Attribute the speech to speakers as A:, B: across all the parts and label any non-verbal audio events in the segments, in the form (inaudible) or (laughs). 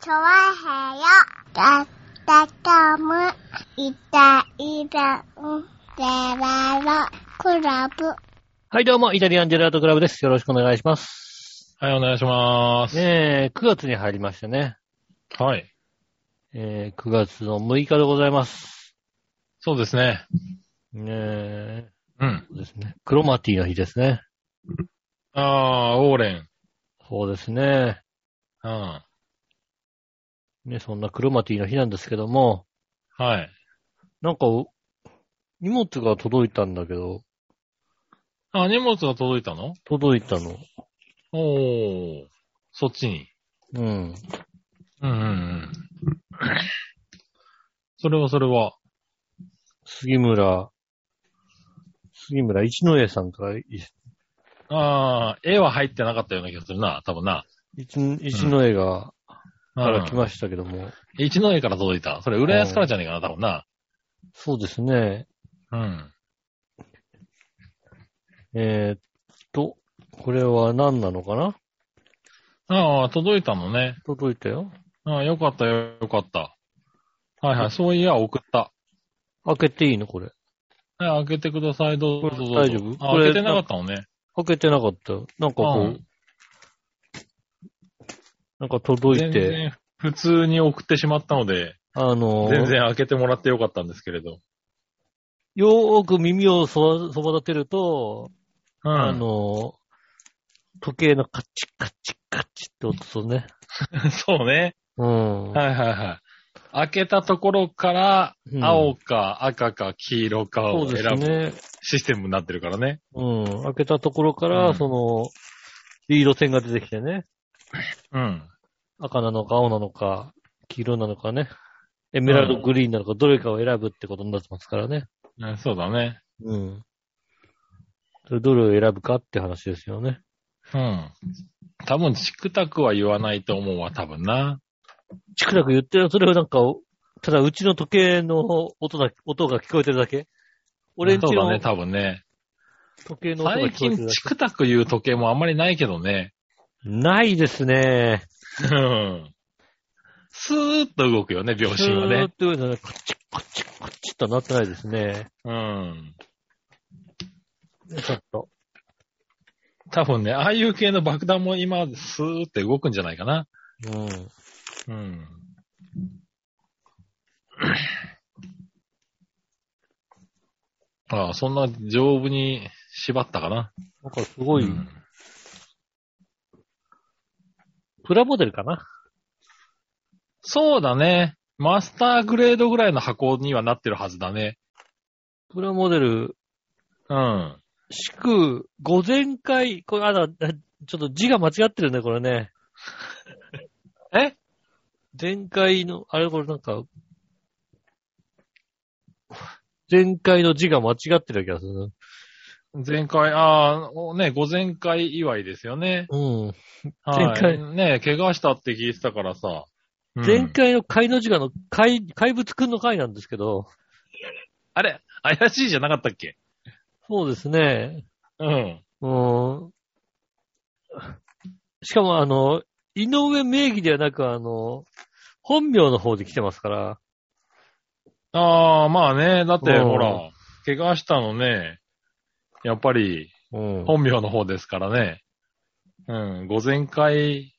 A: チョワヘヨだったかむいたいたんでららクラブ
B: はい、どうも、イタリアンジェラートクラブです。よろしくお願いします。
C: はい、お願いします。
B: ねえ、9月に入りましたね。
C: はい。
B: えー9月の6日でございます。
C: そうですね。
B: ねえ、
C: うん。
B: そうですね。クロマティの日ですね。
C: ああ、オーレン。
B: そうですね。
C: うん。は
B: ね、そんなクロマティの日なんですけども、
C: い。
B: なんか、荷物が届いたんだけど、
C: あ、荷物が届いたの
B: 届いたの。
C: おー。そっちに。
B: うん。
C: うんうんうん。それはそれは。
B: 杉村、杉村一之江さんから、い
C: ああ、絵は入ってなかったような気がするな、多分な。
B: 一一之江が、
C: うん
B: から来ましたけども、
C: 一の絵から届いた。それ、浦安からじゃねえかな、多分な。
B: そうですね。
C: うん。
B: えーっと、これは何なのかな
C: ああ、届いたのね。
B: 届いたよ。
C: ああ、よかったよ、よかった。はいはい、そういや、送った。
B: 開けていいのこれ。
C: はい、開けてください、どうぞどうぞ。
B: 大丈夫
C: あ
B: これ
C: 開けてなかったのね。
B: 開けてなかったよ。なんかこう、
C: うん
B: なんか届い
C: 全
B: て、
C: 然普通に送ってしまったので、
B: あのー
C: 全然開けてもらってよかったんですけれど。
B: よーく耳をそばそば立てると、
C: うん。
B: あのー時計のカチッカチッカチッって音とね。
C: (laughs) そうね。
B: うん。
C: はいはいはい。開けたところから、
B: うん
C: 青か赤か黄色か
B: そう
C: を
B: で
C: 選
B: す
C: ぶ
B: ね。
C: システムになってるからね。
B: うん。開けたところから、
C: うん
B: その、リード線が出てきてね。
C: うん。
B: 赤なのか青なのか、黄色なのかね。エメラルドグリーンなのか、どれかを選ぶってことになってますからね。
C: ねそうだね。
B: うん。それどれを選ぶかって話ですよね。
C: うん。多分、チクタクは言わないと思うわ、多分な。
B: チクタク言ってるそれをなんか、ただうちの時計の音だ、音が聞こえてるだけ俺ん
C: そ
B: ち
C: うだ
B: の
C: ね、多分ね。
B: 時計の音が
C: 最
B: 聞こえてる
C: 近、
B: だ
C: チ
B: け。
C: クタク言う時計もあんまりないけどね。
B: (laughs) ないですね。
C: うん。スーッと動くよね、秒針は
B: ずー
C: ね
B: っ。と言うのね、こっち、こっち、こっちとなってないですね。
C: うん。
B: ちょっと。
C: 多分ね、ああいう系の爆弾も今、スーって動くんじゃないかな。
B: うん。
C: うん。ああ、そんな丈夫に縛ったかな。
B: なんかすごい、
C: うん
B: プラモデルかな
C: そうだね。マスターグレードぐらいの箱にはなってるはずだね。
B: プラモデル、
C: うん。
B: 祝、5000回、これ、あだ、だちょっと字が間違ってるね、これね。
C: え
B: 前回の、あれこれなんか、前回の字が間違ってる気がする。
C: 前回、ああ、おね、午前会祝いですよね。
B: うん。
C: はい、
B: 前回
C: ね、怪我したって聞いてたからさ。うん
B: 前回の怪の字がの怪、怪物くんの怪なんですけど、
C: あれ怪しいじゃなかったっけ
B: そうですね。
C: うん。
B: うん。しかもあの、井上名義ではなくあの、本名の方で来てますから、
C: ああ、まあね。だって、
B: うん
C: ほら、怪我したのね、やっぱり、
B: うん。
C: 本名の方ですからね。うん、午前会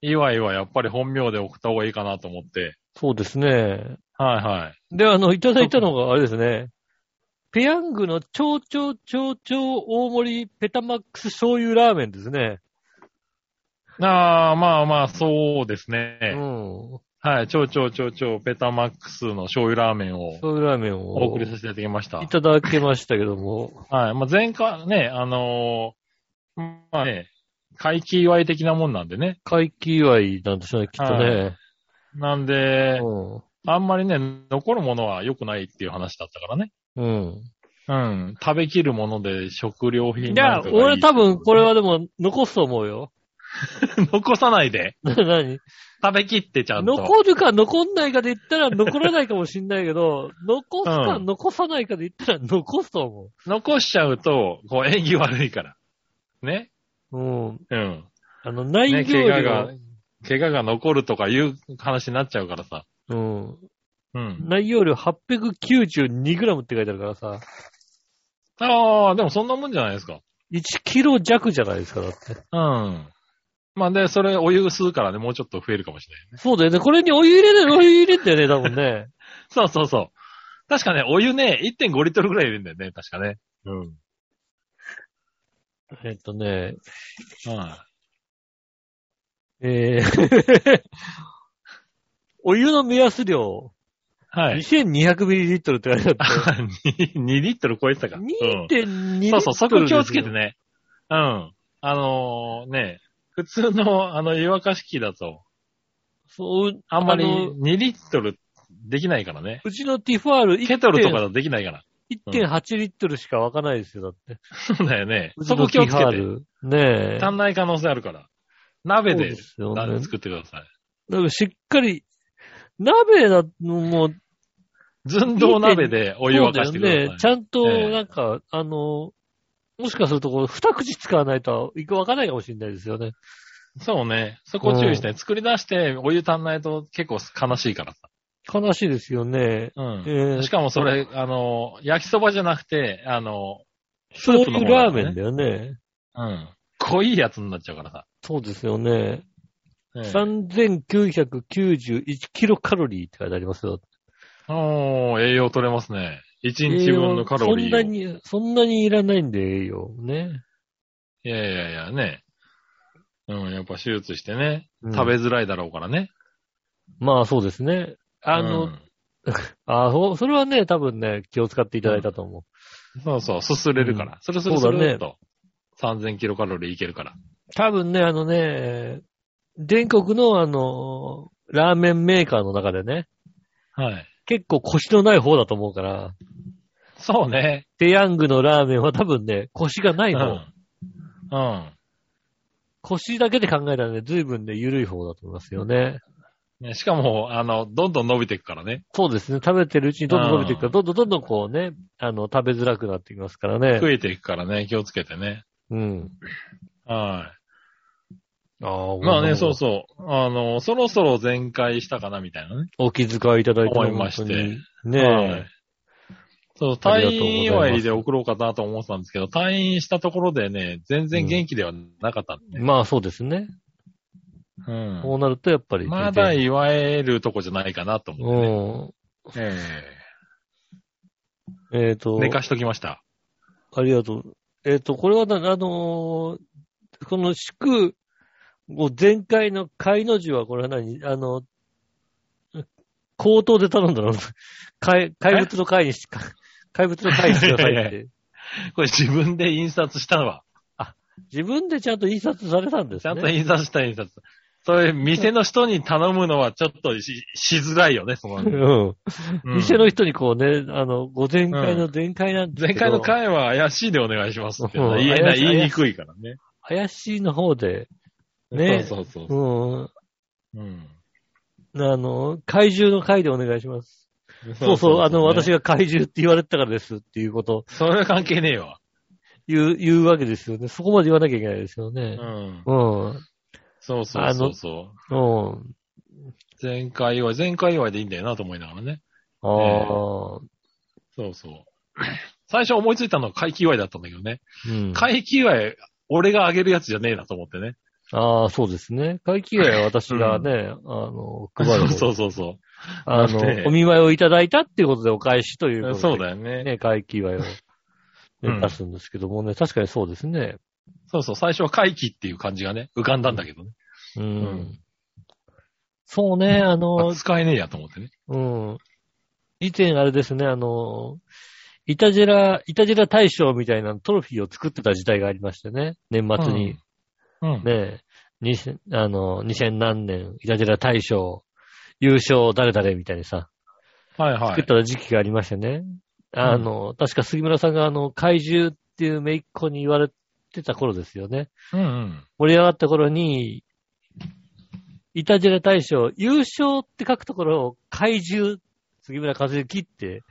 C: 祝いはやっぱり本名で送った方がいいかなと思って。
B: そうですね。
C: はいはい。
B: で、あの、いただいたのがあれですね。ペヤングの超超超超大盛りペタマックス醤油ラーメンですね。
C: ああ、まあまあ、そうです
B: う
C: ね。
B: ん。
C: はい、超超超超ペタマックスの醤油ラーメンを
B: 醤油ラーメンを
C: お送りさせていただきました。はい
B: ただきましたけども。
C: い、まあ前回ね、あのーまあね、会期祝い的なもんなんでね。
B: 回帰祝いなんでしょうね、きっとね。
C: なんで、
B: うん
C: あんまりね、残るものは良くないっていう話だったからね。
B: うん。
C: うん。食べきるもので食料品
B: い
C: にな
B: や
C: る、とか
B: 俺多分これ
C: は。
B: はでも残すと思うよ。
C: 残さないで。
B: (laughs) 何
C: 食べきってちゃんと。
B: 残るか残んないかで言ったら残らないかもしんないけど、残すか
C: うん
B: 残さないかで言ったら残すと思
C: 残しちゃうと、こう、縁起悪いから。ね
B: う。うん。
C: うん。
B: あの、内
C: ね、
B: 容
C: 怪我
B: 量
C: が、怪我が残るとかいう話になっちゃうからさ。
B: うん。
C: うん。
B: 内容量 892g って書いてあるからさ、
C: ああ、でもそんなもんじゃないですか。
B: 1キロ弱じゃないですか、だって。
C: うん。まあで、それお湯吸うからね、もうちょっと増えるかもしれない。
B: そうだよね。これにお湯入れる、お湯入れてね、多分ね。 (laughs)
C: そうそうそう。確かね、お湯ね、1.5リットルぐらい入れるんだよね、確かね。うん。
B: えっとね、
C: は
B: えー (laughs) お湯の目安量、
C: い。はい。
B: 2200ml って書いてあって
C: あ、2, リットル超えてたか。 (laughs) うん
B: 2.2リットル。
C: そうそう、そこ気をつけて。ね。うん。あのーね、普通の、あの、湯沸かし器だと、
B: そう、
C: あんまり
B: あの
C: 2リットルできないからね。
B: うちのティファール1.8
C: ケトルとかだとできないから。 (laughs)
B: 1.8リットルしか湧かないですよ、だって。
C: そうだよね。
B: うち
C: そ
B: の
C: こ気をつけ
B: ティ
C: て。
B: ファールねえ。
C: 足んない可能性あるから。鍋
B: そう
C: で
B: ですよね。
C: あ作ってください。
B: だからしっかり、鍋だ、もう、
C: 寸胴鍋でお湯
B: そうだ
C: 沸か
B: よ
C: してください。
B: ね。ちゃんと、
C: ええ
B: なんか、あの、もしかすると、こう、二口使わないといくわかんないかもしれないですよね。
C: そうね。そこ注意して、作り出してお湯足んないと結構悲しいからさ。
B: 悲しいですよね。
C: うん。
B: ええ
C: しかもそれ、あの、焼きそばじゃなくて、あの、
B: そうい
C: スープの
B: う
C: 方
B: ラ
C: だよ
B: ー
C: ね
B: メンだよね。
C: うん。濃いやつになっちゃうからさ。
B: そうですよね。
C: ええ
B: 3991キロカロリーって書いてありますよ。
C: おー、栄養取れますね。1日分のカロ
B: そ
C: リーを。
B: んなに、そんなにいらないんで栄養ね。
C: いやいやいや、ね。うん、やっぱ手術してね。
B: うん
C: 食べづらいだろうからね。
B: まあそうですね。あの、
C: うん
B: あそそれはね、多分ね、気を使っていただいたと思う。
C: そうそう、すすれるから。それする
B: そ
C: そう
B: だね
C: ると。3000キロカロリーいけるから。
B: 多分ね、あのね、全国のあの、ラーメンメーカーの中でね、
C: はい。
B: 結構腰のない方だと思うから、
C: そうね。
B: デヤングのラーメンは多分ね、腰がな
C: う
B: い
C: ん。
B: 方。
C: うん。
B: 腰だけで考えたらね、随分ね、緩い方だと思いますよね。
C: ね、しかも、あの、どんどん伸びていくからね。
B: そうですね、食べてるうちにどんどん伸びていくから、
C: うん
B: どんどんどんどんこうね、あの、食べづらくなってきますからね。
C: 増えていくからね、気をつけてね。
B: うん。
C: は
B: ああ、
C: い。まあね、そう
B: う。
C: そう。あの、そろそろ全開したかな、みたいなね。
B: お気遣いいただいて
C: 思いまして
B: 本当に
C: は
B: ね
C: い。そう、
B: あり
C: 退
B: がとうござい
C: 院
B: ます
C: 祝いで送ろうかなと思ってたんですけど、退院したところでね、全然元気ではなかったん
B: え。
C: でね。
B: まあそうですね。
C: うん。
B: こうなるとやっぱり。
C: まだ祝えるとこじゃないかなと
B: う
C: 思って、ね。
B: ん。
C: え
B: えっ、
C: え
B: と、
C: 寝かしときました。
B: ありがとう。えっ、と、これはな、あのーこの祝、もう前回の会の字は、これは何あの、口頭で頼んだの (laughs) 怪怪物の会にしか、怪物の会にしてください
C: い
B: っ
C: やい (laughs)
B: て。
C: これ自分で印刷したわ。
B: 自分でちゃんと印刷されたんですね。
C: ちゃんと印刷した印刷。それ、店の人に頼むのはちょっとししづらいよ
B: (laughs)
C: ね、その。
B: うん。
C: うん
B: 店の人にこうね、あの、午前会の前会なんですけ
C: 前
B: ど、
C: 回の回は怪しいでお願いしますっていうのは
B: うん
C: 言え
B: 怪
C: ない、
B: しい
C: 言いにくいからね。
B: 怪しいの方で、ね
C: そうそうそう
B: ん。
C: う。うん
B: あの、怪獣の会でお願いします。そうそう、あの、私。が怪獣って言われてたからですっていうこと、
C: それは関係ねえわ。
B: 言う、言うわけですよね。そこまで言わなきゃいけないですよ
C: う
B: ね。
C: ん。
B: うん。
C: そうそうそうそう。
B: うん。
C: 前回祝い、前回祝いでいいんだよなと思いながらね。
B: ああ。
C: そうそう。最初思いついたのは回帰祝いだったんだけどね。
B: うん。
C: 回帰祝い、俺があげるやつじゃねえなと思ってね。
B: ああ、そうですね。会期は私がね、あの、配る方。
C: そう (laughs) そうそうそ
B: あ
C: (laughs) ね
B: の、お見舞いをいただいたっていうことでお返しということ
C: う。
B: で。
C: そうだよね
B: ね。会期祝いを、ね
C: うん
B: 出すんですけどもね、確かにそうですね。
C: そうそう、最初は回帰っていう感じがね、浮かんだんだけどね。
B: うん。
C: うん
B: そうね、あの
C: あ、使えねえやと思ってね。
B: うん。以前あれですね、あの、イタジェラ、イタジェラ大賞みたいなトロフィーを作ってた時代がありましてね、年末に。
C: う
B: ね
C: ん。
B: え、2000あの、2000何年、イタジェラ大賞、優勝誰々みたいにさ、
C: はいは
B: 作っ
C: い。
B: た時期がありましてね。あの、確か杉村さんがあの、怪獣っていう姪っ子に言われてた頃ですよね。
C: うんうん。
B: 盛り上がった頃に、イタジェラ大賞、優勝って書くところを怪獣、杉村和之って、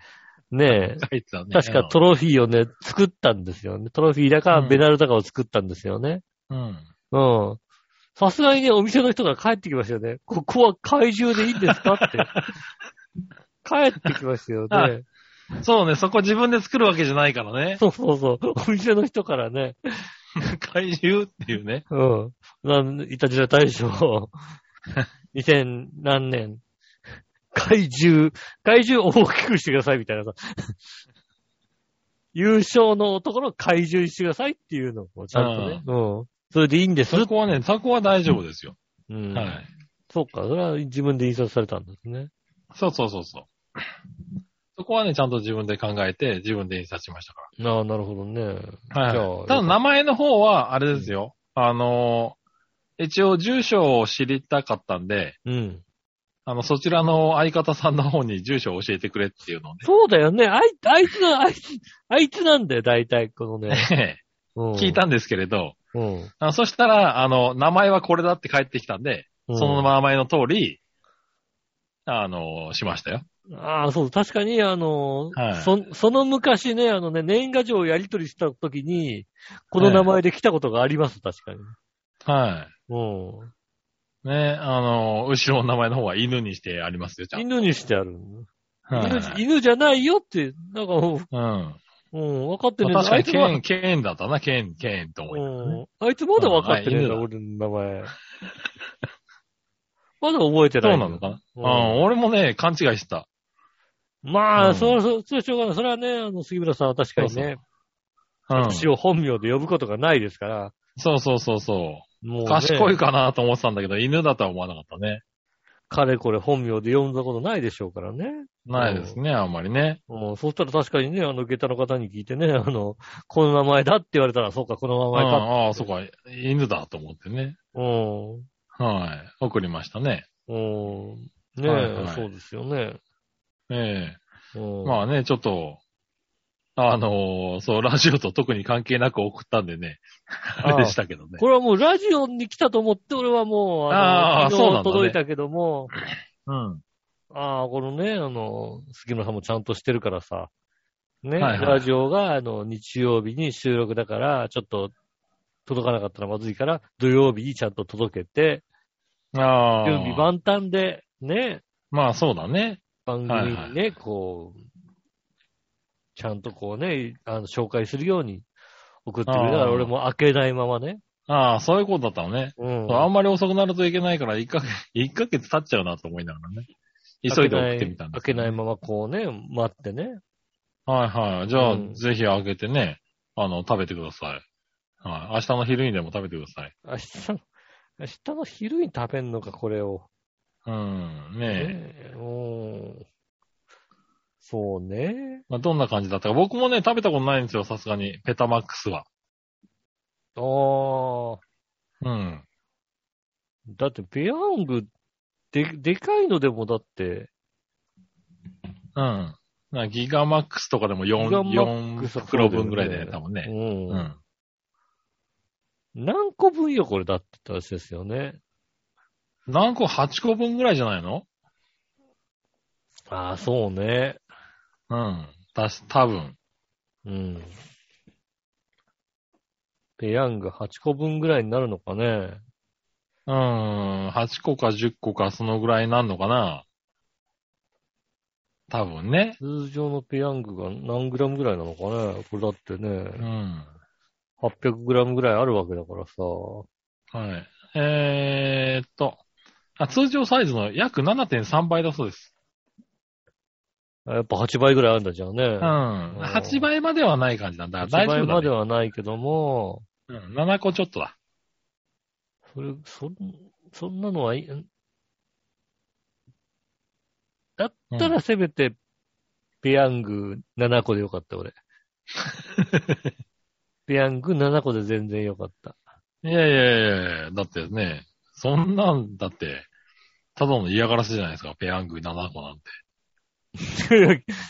B: ねえ、
C: 書いてたね。
B: 確かトロフィーをね、作ったんですよね。トロフィーだか
C: う、ん
B: ベナルだかを作ったんですよね。
C: うん。
B: うん。さすがにね、お店の人が帰ってきましたよね。ここは怪獣でいいんですか
C: (laughs)
B: って。帰ってきましたよ
C: は
B: ね。
C: そうね、そこ自分で作るわけじゃないからね。
B: そうそうそう。お店の人からね、
C: 怪獣っていうね。
B: うん。なん、いたじら大
C: (laughs)
B: 賞、2000何年、怪獣、怪獣を大きくしてくださいみたいな
C: (laughs)
B: さ。優勝のところを怪獣にしてくださいっていうのをちゃんとね。うん。それでいいんです。
C: そこはね、そこは大丈夫ですよ。
B: うん。
C: はい。
B: そうか。それは自分で印刷されたんですね。
C: そうそうそうそう。そこはね、ちゃんと自分で考えて、自分で印刷しましたか
B: ああ、なるほどね。
C: ら。はい
B: じゃあ
C: はい。ただ名前の方は、あれですよ。あのー、一応住所を知りたかったんで、
B: うん。
C: あの、そちらの相方さんの方に住所を教えてくれっていうのを
B: そうだよね。あい、あいつが、あいつ、あいつなんだよ、大体、この
C: (laughs)
B: ね。
C: ね、
B: うん
C: 聞い。たんですけれど、
B: うん。
C: あのそしたら、あの、名前はこれだって帰ってきたんで、
B: うん
C: その名前の通り、あの、しましたよ。
B: ああ、そう、確かに、あの、
C: はい
B: そその昔ね、あのね、年賀状をやり取りした時に、この名前で来たことがあります、確かに。
C: は
B: う
C: い。ね、あの、後ろの名前の方は犬にしてありますよ、ちゃ
B: ん。
C: んと。
B: 犬にしてある。
C: はい
B: 犬じ犬じゃないよって、なんかも
C: うん。
B: う、うん、分かってる
C: まあ確かに、
B: あいつ
C: ケ
B: ま
C: ーン、ケーンだったな、ケーン、ケーンと思いながらね
B: うん。あいつまだ分かってねえな、
C: うんあ
B: 俺の名前。 (laughs) まだ覚えて
C: そ
B: な
C: う
B: い。
C: なのかな
B: う
C: うんん、俺もね、勘違いしてた。
B: まあ、
C: うん
B: そう、そう、そうしょうがない。それはね、あの、杉村さんは確かにね、
C: うん。
B: 私を本名で呼ぶことがないですから、
C: そうそうそうそ
B: もう、
C: う。
B: ね、
C: 賢いかなと思ってたんだけど、犬だとは思わなかったね。
B: かれこれ本名で呼んだことないでしょうからね。
C: ないですね、あんまりね。
B: うん、そうしたら確かにね、あの、下駄の方に聞いてね、あ (laughs) の、この名前だって言われたら、そうか、この名
C: うん、
B: 前か。
C: ああ、そうか、犬だと思ってね。
B: うん。
C: はい。送りましたね。
B: うん。ねえ、
C: はいはい
B: そうですよね。
C: え
B: う
C: え
B: ん。
C: まあね、ちょっと、あのーそう、ラジオと特に関係なく送ったんでね。
B: あ
C: あれでしたけどね。
B: これはもうラジオに来たと思って、俺はもう、
C: あ
B: あの、
C: あそう
B: 昨
C: な
B: 日
C: んだね
B: 届いたけども、
C: うん。
B: ああ、このね、あの、杉村さんもちゃんとしてるからさ、ね、
C: はいはい
B: ラジオが、あの、日曜日に収録だから、ちょっと、届かなかったらまずいから、土曜日にちゃんと届けて、
C: ああ。
B: 準備万端で、ね、
C: まあそうだね。
B: 番組
C: はい
B: にね、
C: は
B: こう、ちゃんとこうね、あの、紹介するように送ってくれたか
C: あ
B: ら、
C: あ
B: 俺も開けないままね。
C: ああ、そういうことだったのね。
B: うん。
C: そうあんまり遅くなるといけないから、1ヶ月、 (laughs) 一ヶ月経っちゃうなと思いながらね。急いで送ってみたんです。
B: 開けないいままこうね、待ってね。
C: はいはい。じゃあ、
B: うん
C: ぜひ開けてね、あの、食べてください。はい。明日の昼にでも食べてください。
B: 明日の、明日の昼に食べんのか、これを。
C: うん。ねえ。
B: ねえうん。そうね。
C: まあ、どんな感じだったか。僕もね、食べたことないんですよ、さすがに。ペタマックスは。
B: ああ。
C: うん。
B: だって、ペヤング、で、でかいのでもだって、
C: うん。なギガマックスとかでも
B: ギガマ
C: 4、
B: ッ
C: 四
B: クスは
C: 袋分ぐらいだよね、
B: そ
C: 多
B: う
C: 分
B: う
C: ね。
B: ん。
C: うん。
B: 何個分よ、これだってって話ですよね。
C: 何個 ?8 個分ぐらいじゃないの
B: ああ、そうね。
C: うん。たし、多分。
B: うん。ペヤング8個分ぐらいになるのかね。
C: うん。8個か10個か、そのぐらいなんのかな多分ね。
B: 通常のペヤングが何グラムぐらいなのかね。これだって
C: う
B: ね、
C: ん。
B: 800グラムぐらいあるわけだからさ。
C: はい。えーっと。あ、通常サイズの約7.3倍だそうです。
B: やっぱ8倍ぐらいあるんだじゃんね。
C: うん。8倍まではない感じなんだ。
B: 8
C: 大丈夫だ、ね。
B: 倍まではないけども、
C: うん、7個ちょっとだ。
B: それ、そん、そんなのはいい、んだったらせめて、ペヤング7個でよかった、俺。ペヤング7個で全然よかった。 (laughs)
C: いやいやいやいや、だってね、そんなんだって、ただの嫌がらせじゃないですか、ペヤング7個なんて。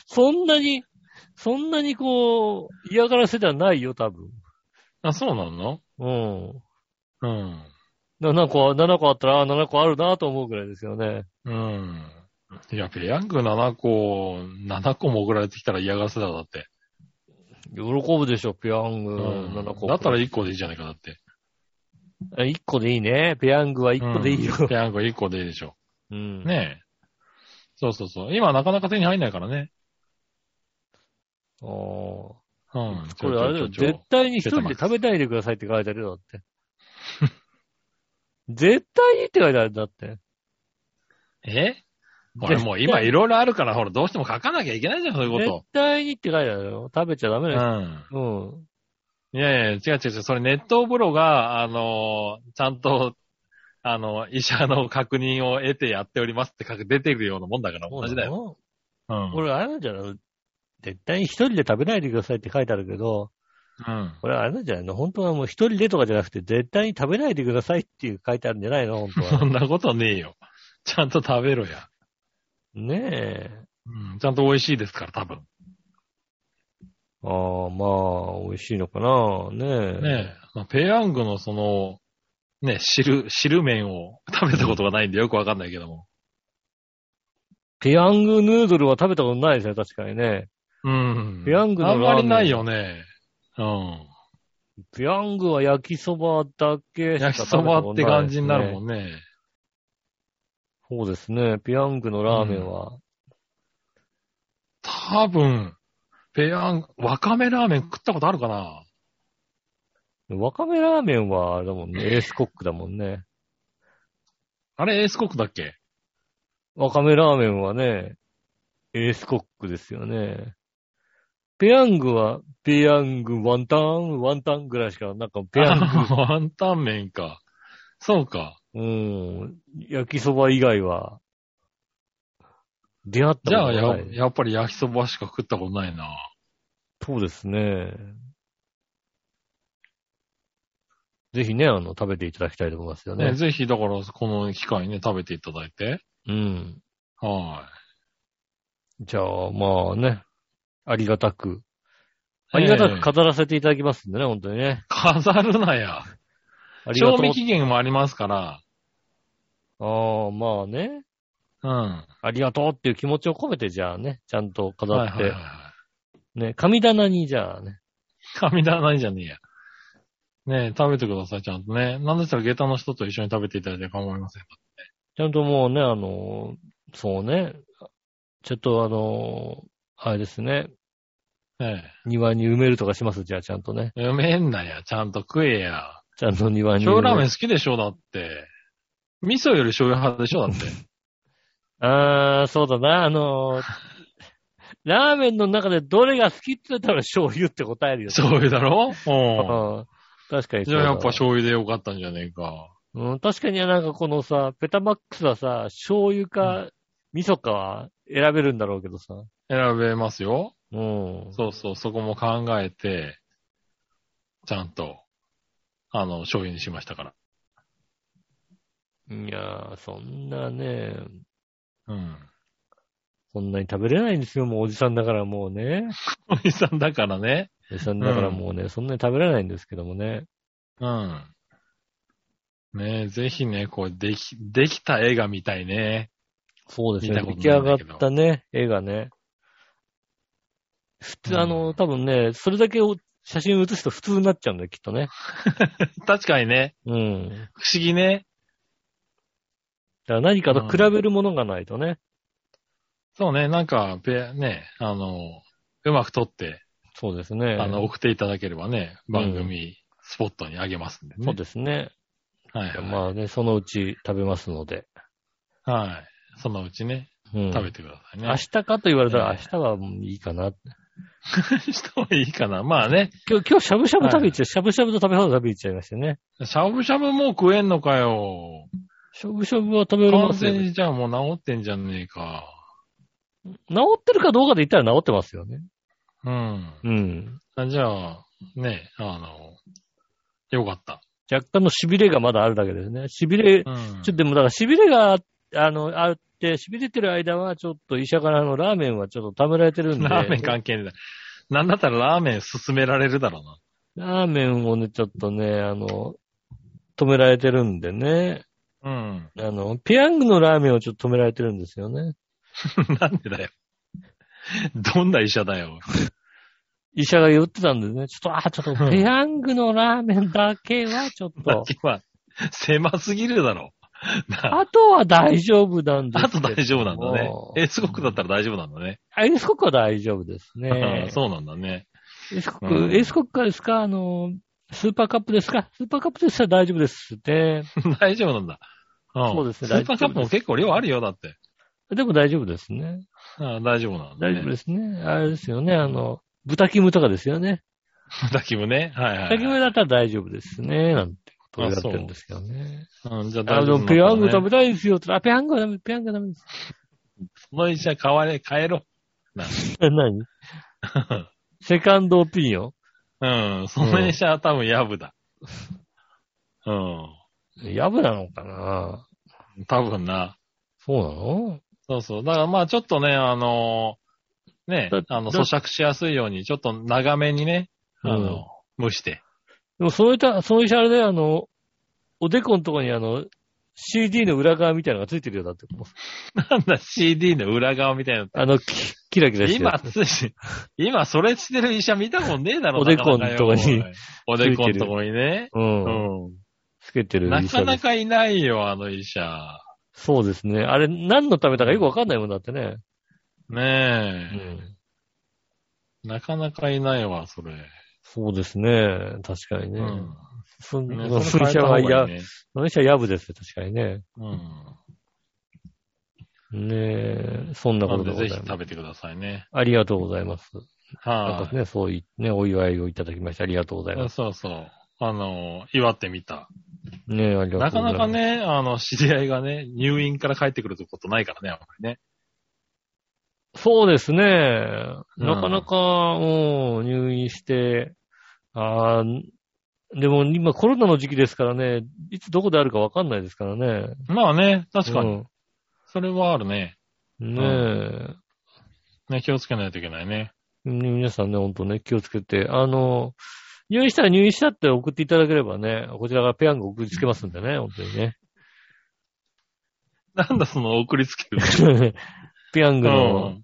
B: そんなに、そんなにこう、嫌がらせではないよ、多分。
C: あ、そうなの
B: うん。
C: うん。
B: 7個は、7個あったら、あ7個あるなと思うぐらいですよね。
C: うん。いや、ペヤング7個、7個も送られてきたら嫌がらせだろ、だって。
B: 喜ぶでしょ、ペヤング
C: う
B: 7個。
C: だったら1個でいいじゃないか、だって。
B: あ一個でいいね。ペヤングは一個でいいよ。
C: ペヤング1個でいいでしょ。
B: うん。
C: ねえ。そうそうそう。今なかなか手に入んないからね。
B: おー
C: うん。
B: これあれだよ。
C: ちょ
B: 絶
C: ちょちょ
B: 対に一人で食べないでくださいって書いてあるよ、だ
C: (laughs)
B: って。絶対にって書いてあるんだって。
C: えこれもう今いろいろあるから、ほら、どうしても書かなきゃいけないじゃん、そういう
B: 絶
C: こ
B: 対にって書いてあるよ。食べちゃダメ
C: と。
B: だ
C: う
B: よ。
C: ん。
B: うん。
C: いやいや、違う違う違う。それネット風呂が、あのー、ちゃんと、あの、医者の確認を得てやっておりますって書く、出てるようなもんだから、同じだよ。
B: よ。
C: うん。
B: これあれなんじゃないの絶対に一人で食べないでくださいって書いてあるけど、
C: うん。
B: これあれなんじゃないの本当はもう一人でとかじゃなくて、絶対に食べないでくださいっていう書いてあるんじゃないの本当
C: (laughs) そ
B: は。
C: んなことねえよ。ちゃんと食べろや。
B: ねえ。
C: うん。ちゃんと美味しいですから、多分。
B: ああ、まあ、美味しいのかなねえ。
C: ねえ。ペヤングのその、ね、汁、汁麺を (laughs) 食べたことがないんでよくわかんないけども。
B: ペヤングヌードルは食べたことないですね、確かにね。
C: うん。
B: ペヤングの
C: あん
B: ラ
C: ま
B: ーメ
C: り
B: ン
C: ないよね。うん。
B: ペヤングは焼きそばだけしか
C: 焼き
B: 食
C: そ
B: べ
C: ば
B: たこと
C: って
B: ない
C: 感
B: ですね
C: じになるもんね。
B: そうですね。ペヤングのラーメンは。
C: 多分、ペヤング、わかめラーメン食ったことあるかな
B: わかめラーメンは、あれだもんね。エースコックだもんね。
C: あれエースコックだっけ
B: わかめラーメンはね、エースコックですよね。ペヤングは、ペヤングワンタン、ワンタンぐらいしか、なんかペヤ
C: (laughs)
B: ン
C: あワンタン麺か。そうか。
B: グ、うん、焼きそば以外は、出会った
C: じ
B: こ
C: ゃ
B: と
C: あ
B: がな
C: や、
B: い。
C: やっぱり焼きそばしか食ったことないな。
B: そうですね。ぜひね、あの、食べていただきたいと思いますよ
C: ね、
B: ね。
C: ぜひ、だから、この機会にね、食べていただいて。
B: うん。
C: は
B: じゃあ、まあね、ありがたく。
C: い。
B: ありがたく
C: ええ
B: 飾らせていただきますんでね、本当にね。
C: 飾るなや。
B: ありがと
C: 賞
B: う。
C: 味期限もありますから。
B: ああ、まあね。
C: うん。
B: ありがとうっていう気持ちを込めて、じゃあね、ちゃんと飾
C: はい
B: って、
C: はいはい。
B: ね、神棚にじゃあね、
C: 神棚ないじゃねえや。ねえ、食べてください、ちゃんとね。なんだったら下駄の人と一緒に食べていただいて構いません。
B: ちゃんともうね、あの、そうね、ちょっとあの、あれですね、
C: ね
B: 庭に埋めるとかします、じゃあちゃんとね。
C: え。うめえんなや、ちゃんと食えや。
B: ちゃんと庭に埋める。
C: 醤油ラーメン好きでしょだって。味噌より醤油派でしょだって。
B: (laughs) あー、そうだな、あ
C: (laughs)
B: のー、ラーメンの中でどれが好きって言ったら醤油って答えるよね。
C: 醤油だろ
B: うん
C: う
B: 確かに
C: ん。
B: そ
C: じ
B: う
C: ゃ
B: だな
C: あやっぱ醤油でよかったんじゃねえか。
B: うん、確かになんかこのさ、ペタマックスはさ、醤油か、味噌かは選べるんだろうけどさ。
C: 選べますよ。
B: うん。
C: そうそう、そこも考えて、ちゃんと、あの、醤油にしましたから。
B: いやー、そんなね、
C: うん。 (laughs)
B: そんなに食べれないんですよ、もうおじさんだからもうね。
C: おじさんだからね。
B: おじさんだからもうね、そんなに食べれないんですけどもね。
C: うん。ねえ、ぜひね、こう、でき、できた絵が見たいね。
B: そうです
C: 見
B: ね。
C: たこ
B: 出
C: と
B: 来上
C: な
B: が
C: い
B: っ
C: んだけど
B: たね、絵がね。普
C: う
B: 通、
C: ん
B: あの、多分ね、それだけを写真写すと普通になっちゃうんだよ、きっとね。
C: 確かにね、
B: うん。だ
C: 不思議ね。
B: から何かと比べるものがないとね。
C: そうね、なんか、ペね、あの、うまく撮って、
B: そうですね。
C: あの、送っていただければね、番組、スポットにあげますんでね。
B: そうですね。
C: はいはい、
B: まあね、そのうち食べますので。
C: はい。そのうちね、
B: うん。
C: 食べてくださいね。
B: 明日かと言われたら
C: え
B: 明日はもういいかな。
C: してもいいかな。まあね、
B: 今日、今日しゃぶしゃぶ食べに行っちゃう、しゃぶしゃぶと食べ放題食べに行っちゃいましたね。
C: しゃぶしゃぶもう食えんのかよ。
B: しゃぶしゃぶは食べれま
C: 完
B: すよ。治
C: 全じゃあもう治ってんじゃねえか。
B: ってるかどうかで言ったら治ってますよね。
C: うん。
B: うん。
C: あじゃあ、ね、あの、よかった。
B: 若干の痺れがまだあるだけですね。痺れ、
C: う
B: ちょ
C: ん。
B: っとでもだから痺れが、あの、あって、痺れてる間はちょっと医者からあのラーメンはちょっとためられてるんで。
C: ラーメン関係ない。なんだったらラーメン勧められるだろうな。
B: ラーメンをね、ちょっとね、あの、止められてるんでね。
C: うん。
B: あの、ペヤングのラーメンをちょっと止められてるんですよね。
C: なんでだよ。どんな医者だよ。
B: 医
C: (laughs)
B: 者が言ってたんでね、ちょっと、あ、ちょっと、ペヤングのラーメンだけは、ちょっと、
C: 今、狭すぎるだろ。な
B: あとは大丈夫なんです
C: あ
B: け
C: と
B: ども
C: 大丈夫なんだね。え、すごくだったら大丈夫なんだね。。
B: あエースコックは大丈夫ですね
C: (laughs) そうなんだね。
B: エースコッ
C: うん
B: ク、エースコックからですかあの、スーパーカップですかスーパーカップでしたら大丈夫です
C: (laughs)
B: ね。
C: 大丈夫なんだ。ん
B: そうですね
C: スーパーカップも結構量あるよ、だって。
B: でも大丈夫ですね。
C: あ大丈夫なんだ、
B: 大
C: ね。
B: 丈夫ですね。あれですよね。あの、豚キムとかですよね。
C: す。だきもね。はいはい、はい。
B: 豚キムだったら大丈夫ですね。なんてことをやってるんですけどね。
C: うん、じゃあ
B: あ
C: 大丈
B: の、
C: 夫なんだね、
B: ペヤング食べたいですよって言ったら。あ、ペヤングはダメ、ペヤングはダメです。
C: その医者変われ、変えろ。
B: 何 (laughs) セカンドオピニオン
C: うん、その医者は多分ヤブだ。うん。
B: やぶなのかな
C: 多分な。
B: そうなの
C: そうそう。だからまあちょっとね、あのーね
B: だ、
C: あの、
B: だ
C: 咀嚼しやすいように、ちょっと長めにね、あの、
B: うん
C: 蒸して。
B: でも、その板、その医者あれだよ、あの、おでこのとこにあの、CD の裏側みたいなのがついてるようだって。
C: なんだ、CD の裏側みたいな。
B: あの、キキラキラしてる
C: 今、つい、今、それしてる医者見たもんねえだろ、
B: おでこん
C: なかなかよ
B: とこに。
C: おでこんとこにね。
B: う。
C: うんん。
B: つけてる
C: な
B: 医
C: か
B: 者
C: な
B: です。
C: かいないよ、あの医者。
B: そうですね。あれ、何のためだかよくわかんないもんだってね。う
C: ね
B: ん。
C: え。なかなかいないわ、それ。
B: そうですね。確かにね。
C: うん。
B: そん
C: ね
B: そ
C: それ
B: の医者
C: 変えた方が
B: は、
C: いい
B: いや、
C: ね
B: その医者はやぶですよ、確かにね。
C: うん。
B: ねえ、そんな
C: な
B: こ
C: の
B: とで
C: で、
B: ご
C: ぜ
B: ざい
C: ひ
B: ます。
C: 食べてくださいね。
B: ありがとうございます。なん
C: は
B: かね、そういうね、お祝いをいただきましてありがとうござい
C: い。
B: ます。
C: そうそう。あの、祝ってみた。
B: ねえ、ありが
C: な
B: とう
C: か
B: ございます。
C: なか。ね、あの、知り合いがね、入院から帰ってくるってことないからね、あんまりね。
B: そうですね。
C: うん
B: なかなか、うん、入院して、ああ、でも今コロナの時期ですからね、いつどこであるかわかんないですからね。
C: まあね、確か
B: う
C: に。
B: ん
C: それはあるね。
B: ねえ、
C: ね、気をつけないといけないね。
B: 皆さんね、ほんとね、気をつけて、あの、入院したら入院したって送っていただければね、こちらがペヤング送りつけますんでね、本当にね。 (laughs)
C: なんだ、その、送りつける。
B: ペヤン
C: う
B: グの、
C: ん。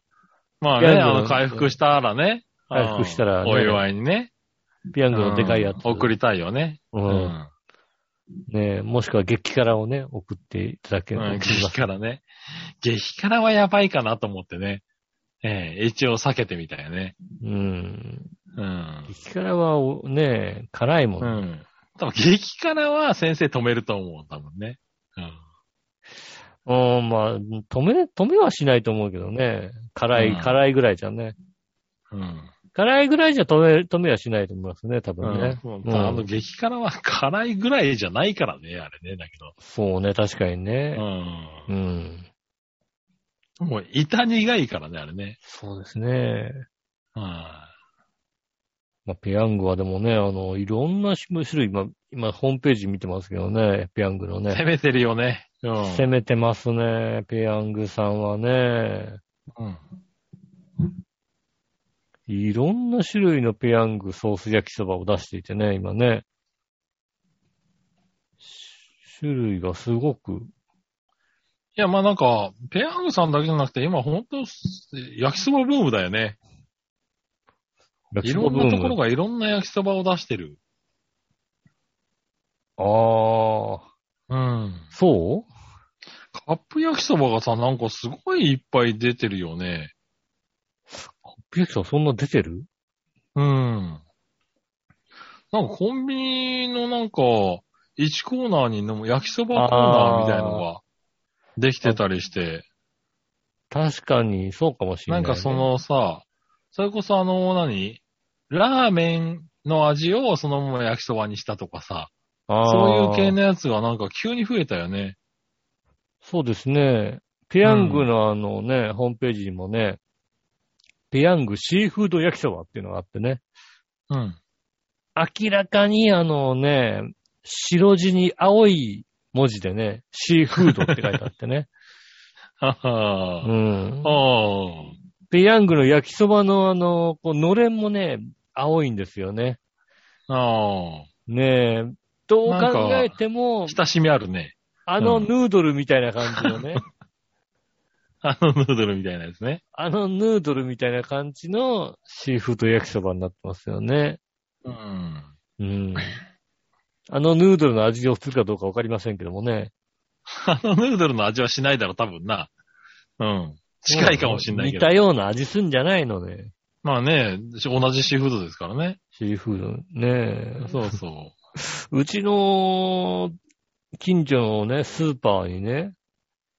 C: まあ
B: ペヤン
C: ね、
B: グの
C: あの、回復したらね。
B: 回復したらね
C: うんお祝いにね。
B: ペヤングのでかいやつ。
C: うん送りたいよね。
B: う。
C: うんん。
B: ねえもしくは激辛をね、送っていただければと
C: うん、
B: 思い
C: 激
B: ます。
C: 辛ね。激辛はやばいかなと思ってね。ええ一応避けてみたよね。
B: うん。
C: うん。
B: 激辛はお、ね、辛いもん。
C: うん。多分激辛は先生止めると思う、多分ね。うん。
B: うん、まあ、止め、止めはしないと思うけどね。辛い、
C: うん
B: 辛いぐらいじゃね。
C: うん。
B: 辛いぐらいじゃ止め、止めはしないと思いますね、多
C: う
B: 分ね
C: ん。。あの激辛は辛いぐらいじゃないからね、あれね、だけど。
B: そうね、確かにね。
C: う
B: うん。
C: ん。もう、痛苦いからね、あれね。
B: そうですね。
C: は
B: まあ、ペヤングはでもね、あの、いろんな種類、今、今、ホームページ見てますけどね、ペヤングの
C: い。攻
B: ね。
C: めてるよね。うん。
B: 攻めてますね、ペヤングさんはね。
C: うん
B: いろんな種類のペヤングソース焼きそばを出していてね、今ね。し種類がすごく。
C: いや、まあなんか、ペヤングさんだけじゃなくて、今ほんと、焼きそばブームだよね。
B: 焼き
C: い
B: そ
C: ろ
B: ば
C: ん
B: ブーム
C: なところがいろんな焼きそばを出してる。
B: ああ、
C: うん。
B: そう
C: カップ焼きそばがさ、なんかすごいいっぱい出てるよね。
B: ピエさんそんな出てる
C: うん。なんかコンビニのなんか、1コーナーにの焼きそばコーナーみたいのができてたりして、
B: 確かに、そうかもしれ
C: な
B: ない、
C: ん
B: ね。
C: かそ、のさ、それこそあの、何ラーメンの味をそのまま焼きそばにしたとかさ、そういう
B: ね。
C: 系のやつがなんか急に増えたよね。
B: そうですね。ペヤングのあのね、ホームページにもね、ペヤングシーフード焼きそばっていうのがあってね。
C: うん。
B: 明らかにあのね、白地に青い文字でね、シーフードって書いてあって
C: (laughs)
B: ね。
C: は
B: う
C: は
B: ん。
C: ああ。
B: ペヤングの焼きそばのあの、こう、のれんもね、青いんですよね。
C: あ
B: ねえ、どう
C: なんか
B: 考えても
C: あ。、親しみあるね。
B: あのヌードルみたいな感じの
C: (laughs)
B: ね、
C: あのヌードルみたいなやつね。
B: あのヌードルみたいな感じのシーフード焼きそばになってますよね。
C: うん。
B: うん。あのヌードルの味をするかどうかわかりませんけどもね。
C: あのヌードルの味はしないだろ、多分な。うん。近いかもしんないけど
B: 似た。ような味すんじゃないのね。
C: まあね、同じシーフードですからね。
B: シーフード。ねえ。
C: そうそう
B: ちの近所のね、スーパーにね、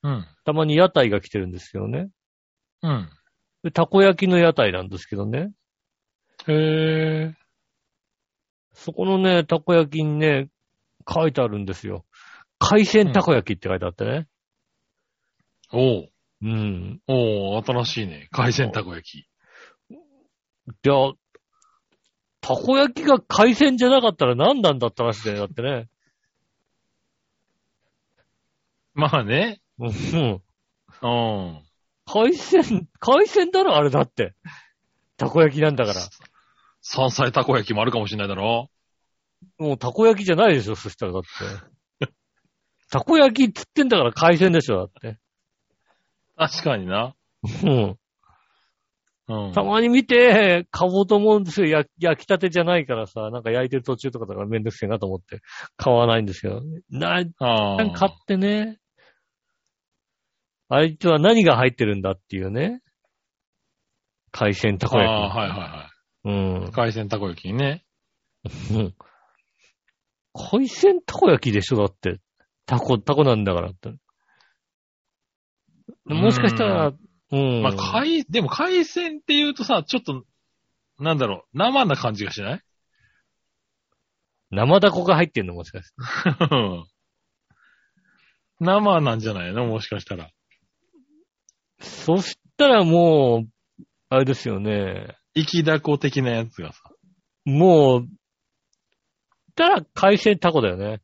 C: う。うん。
B: たまに屋台が来てるんですよね。
C: うん。
B: でたこ焼きの屋台なんですけどね。
C: へえ。
B: そこのね、たこ焼きにね、書いてあるんですよ。海鮮たこ焼きって書いてあってね。
C: おう。
B: うん。
C: おう、新しいね。海鮮たこ焼き。
B: じゃあ、たこ焼きが海鮮じゃなかったら何なんだったらしいだよ、だってね。
C: まあね。
B: うん。
C: うん。
B: 海鮮、海鮮だろ、あれだって。たこ焼きなんだから。
C: 山菜たこ焼きもあるかもしれないだろ。
B: もうたこ焼きじゃないでしょ、そしたらだって。たこ焼きっつってんだから海鮮でしょ、だって。
C: 確かにな。
B: うん。
C: うん。
B: たまに見て、買おうと思うんですよ。焼焼きたてじゃないからさ、なんか焼いてる途中とかだからめんどくせえなと思って、買わないんですけど。な、
C: ああ。
B: 買ってね。あいつは何が入ってるんだっていうね。海鮮た
C: あ
B: こ焼き。
C: あ、はいはいは
B: うん
C: い。。海鮮たこ焼きね。
B: うん。海鮮たこ焼きでしょだって。タコ、タコなんだからって。もしかしたら、うん。
C: まあ、海、でも海鮮って言うとさ、ちょっと、なんだろう、生な感じがしない (laughs)
B: 生タコが入ってんのもしかして。
C: 生なんじゃないのもしかしたら。
B: そしたらもう、あれですよね。
C: 生きだこ的なやつがさ。 (laughs)
B: もう、たら海鮮タコだよね。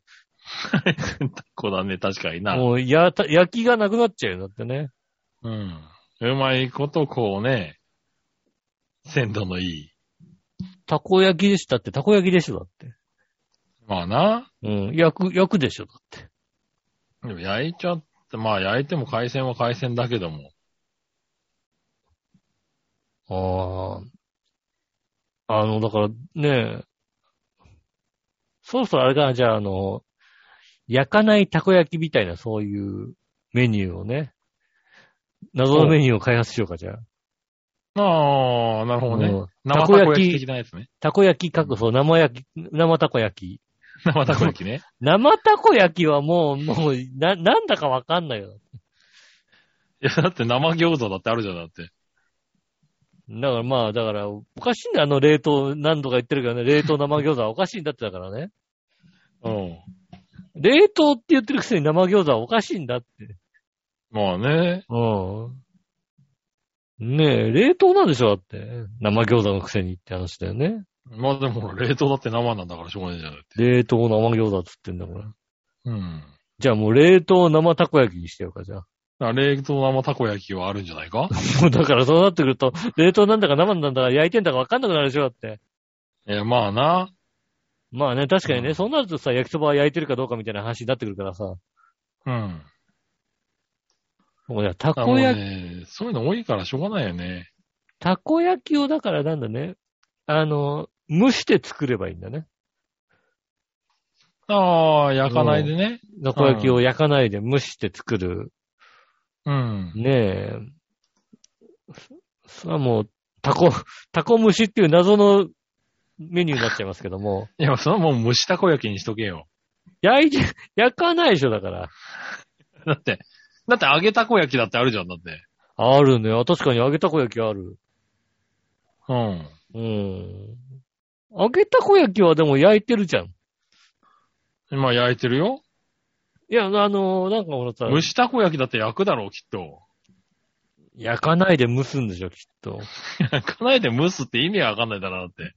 C: 海鮮たこだね、確かにな。
B: もう、やた、焼きがなくなっちゃうよ。だってね。
C: うん。うまいことこうね、鮮度のいい。
B: たこ焼きでしたって、たこ焼きでしょだって。
C: まあな。
B: うん。焼く、焼くでしょだって。
C: でも焼いちゃって、まあ焼いても海鮮は海鮮だけども。
B: ああ。あの、だからね、そろそろあれかな、じゃあ、あの、焼かないたこ焼きみたいな、そういうメニューをね、謎のメニューを開発しようか、じゃあ。
C: ああ、なるほどね。
B: うん
C: 生たこ焼き的なやつね。
B: たこ焼きかく、そう、生焼き、生たこ焼き。
C: 生たこ焼き (laughs) ね。
B: 生たこ焼きはもう、もう、な、なんだかわかんないよ。
C: いや、だって生餃子だってあるじゃん、だって。
B: だからまあ、だから、おかしいんだよ、あの冷凍、何度か言ってるけどね、冷凍生餃子はおかしいんだってだからね。
C: うん。
B: 冷凍って言ってるくせに生餃子はおかしいんだって。
C: まあね。
B: うん。ねえ、冷凍なんでしょだって。生餃子のくせにって話だよね。
C: まあでもほら、冷凍だって生なんだからしょうがないじゃん。だって
B: 冷凍生餃子っつってんだから。
C: うん。
B: じゃあもう冷凍生たこ焼きにしてようか、じゃあ。
C: だから冷凍生たこ焼きはあるんじゃない
B: (laughs)
C: か
B: もうだからそうなってくると、冷凍なんだか生なんだか焼いてんだかわかんなくなるでしょだって。
C: いや、まあな。
B: まあね、確かにね、
C: うん
B: そうなるとさ、焼きそばは焼いてるかどうかみたいな話になってくるからさ。
C: うん。
B: もうじゃあた
C: だからも
B: こ
C: う
B: 焼き、
C: ね、そういうの多いからしょうがないよね。
B: たこ焼きをだからなんだね、あの、蒸して作ればいいんだね。
C: ああ、焼かないでね。
B: たこ焼きを焼かないで蒸して作る。
C: うん。
B: ねえ。そそれはもう、た (laughs) こ、たこ蒸しっていう謎のメニューになっちゃいますけども。 (laughs)
C: いや、それはもう蒸したこ焼きにしとけよ。 (laughs)
B: 焼いて、焼かないでしょ、だから。
C: だって、だって揚げたこ焼きだってあるじゃん、だって。
B: あるね。確かに揚げたこ焼きある。
C: うん。
B: うん。揚げたこ焼きはでも焼いてるじゃん。い
C: 今焼いてるよ。
B: や、あの、なんかほらさ、
C: 蒸したこ焼きだって焼くだろう、きっと。
B: 焼かないで蒸すんでしょ、きっと。
C: 焼かないで蒸すって意味がわかんないだろ、だって。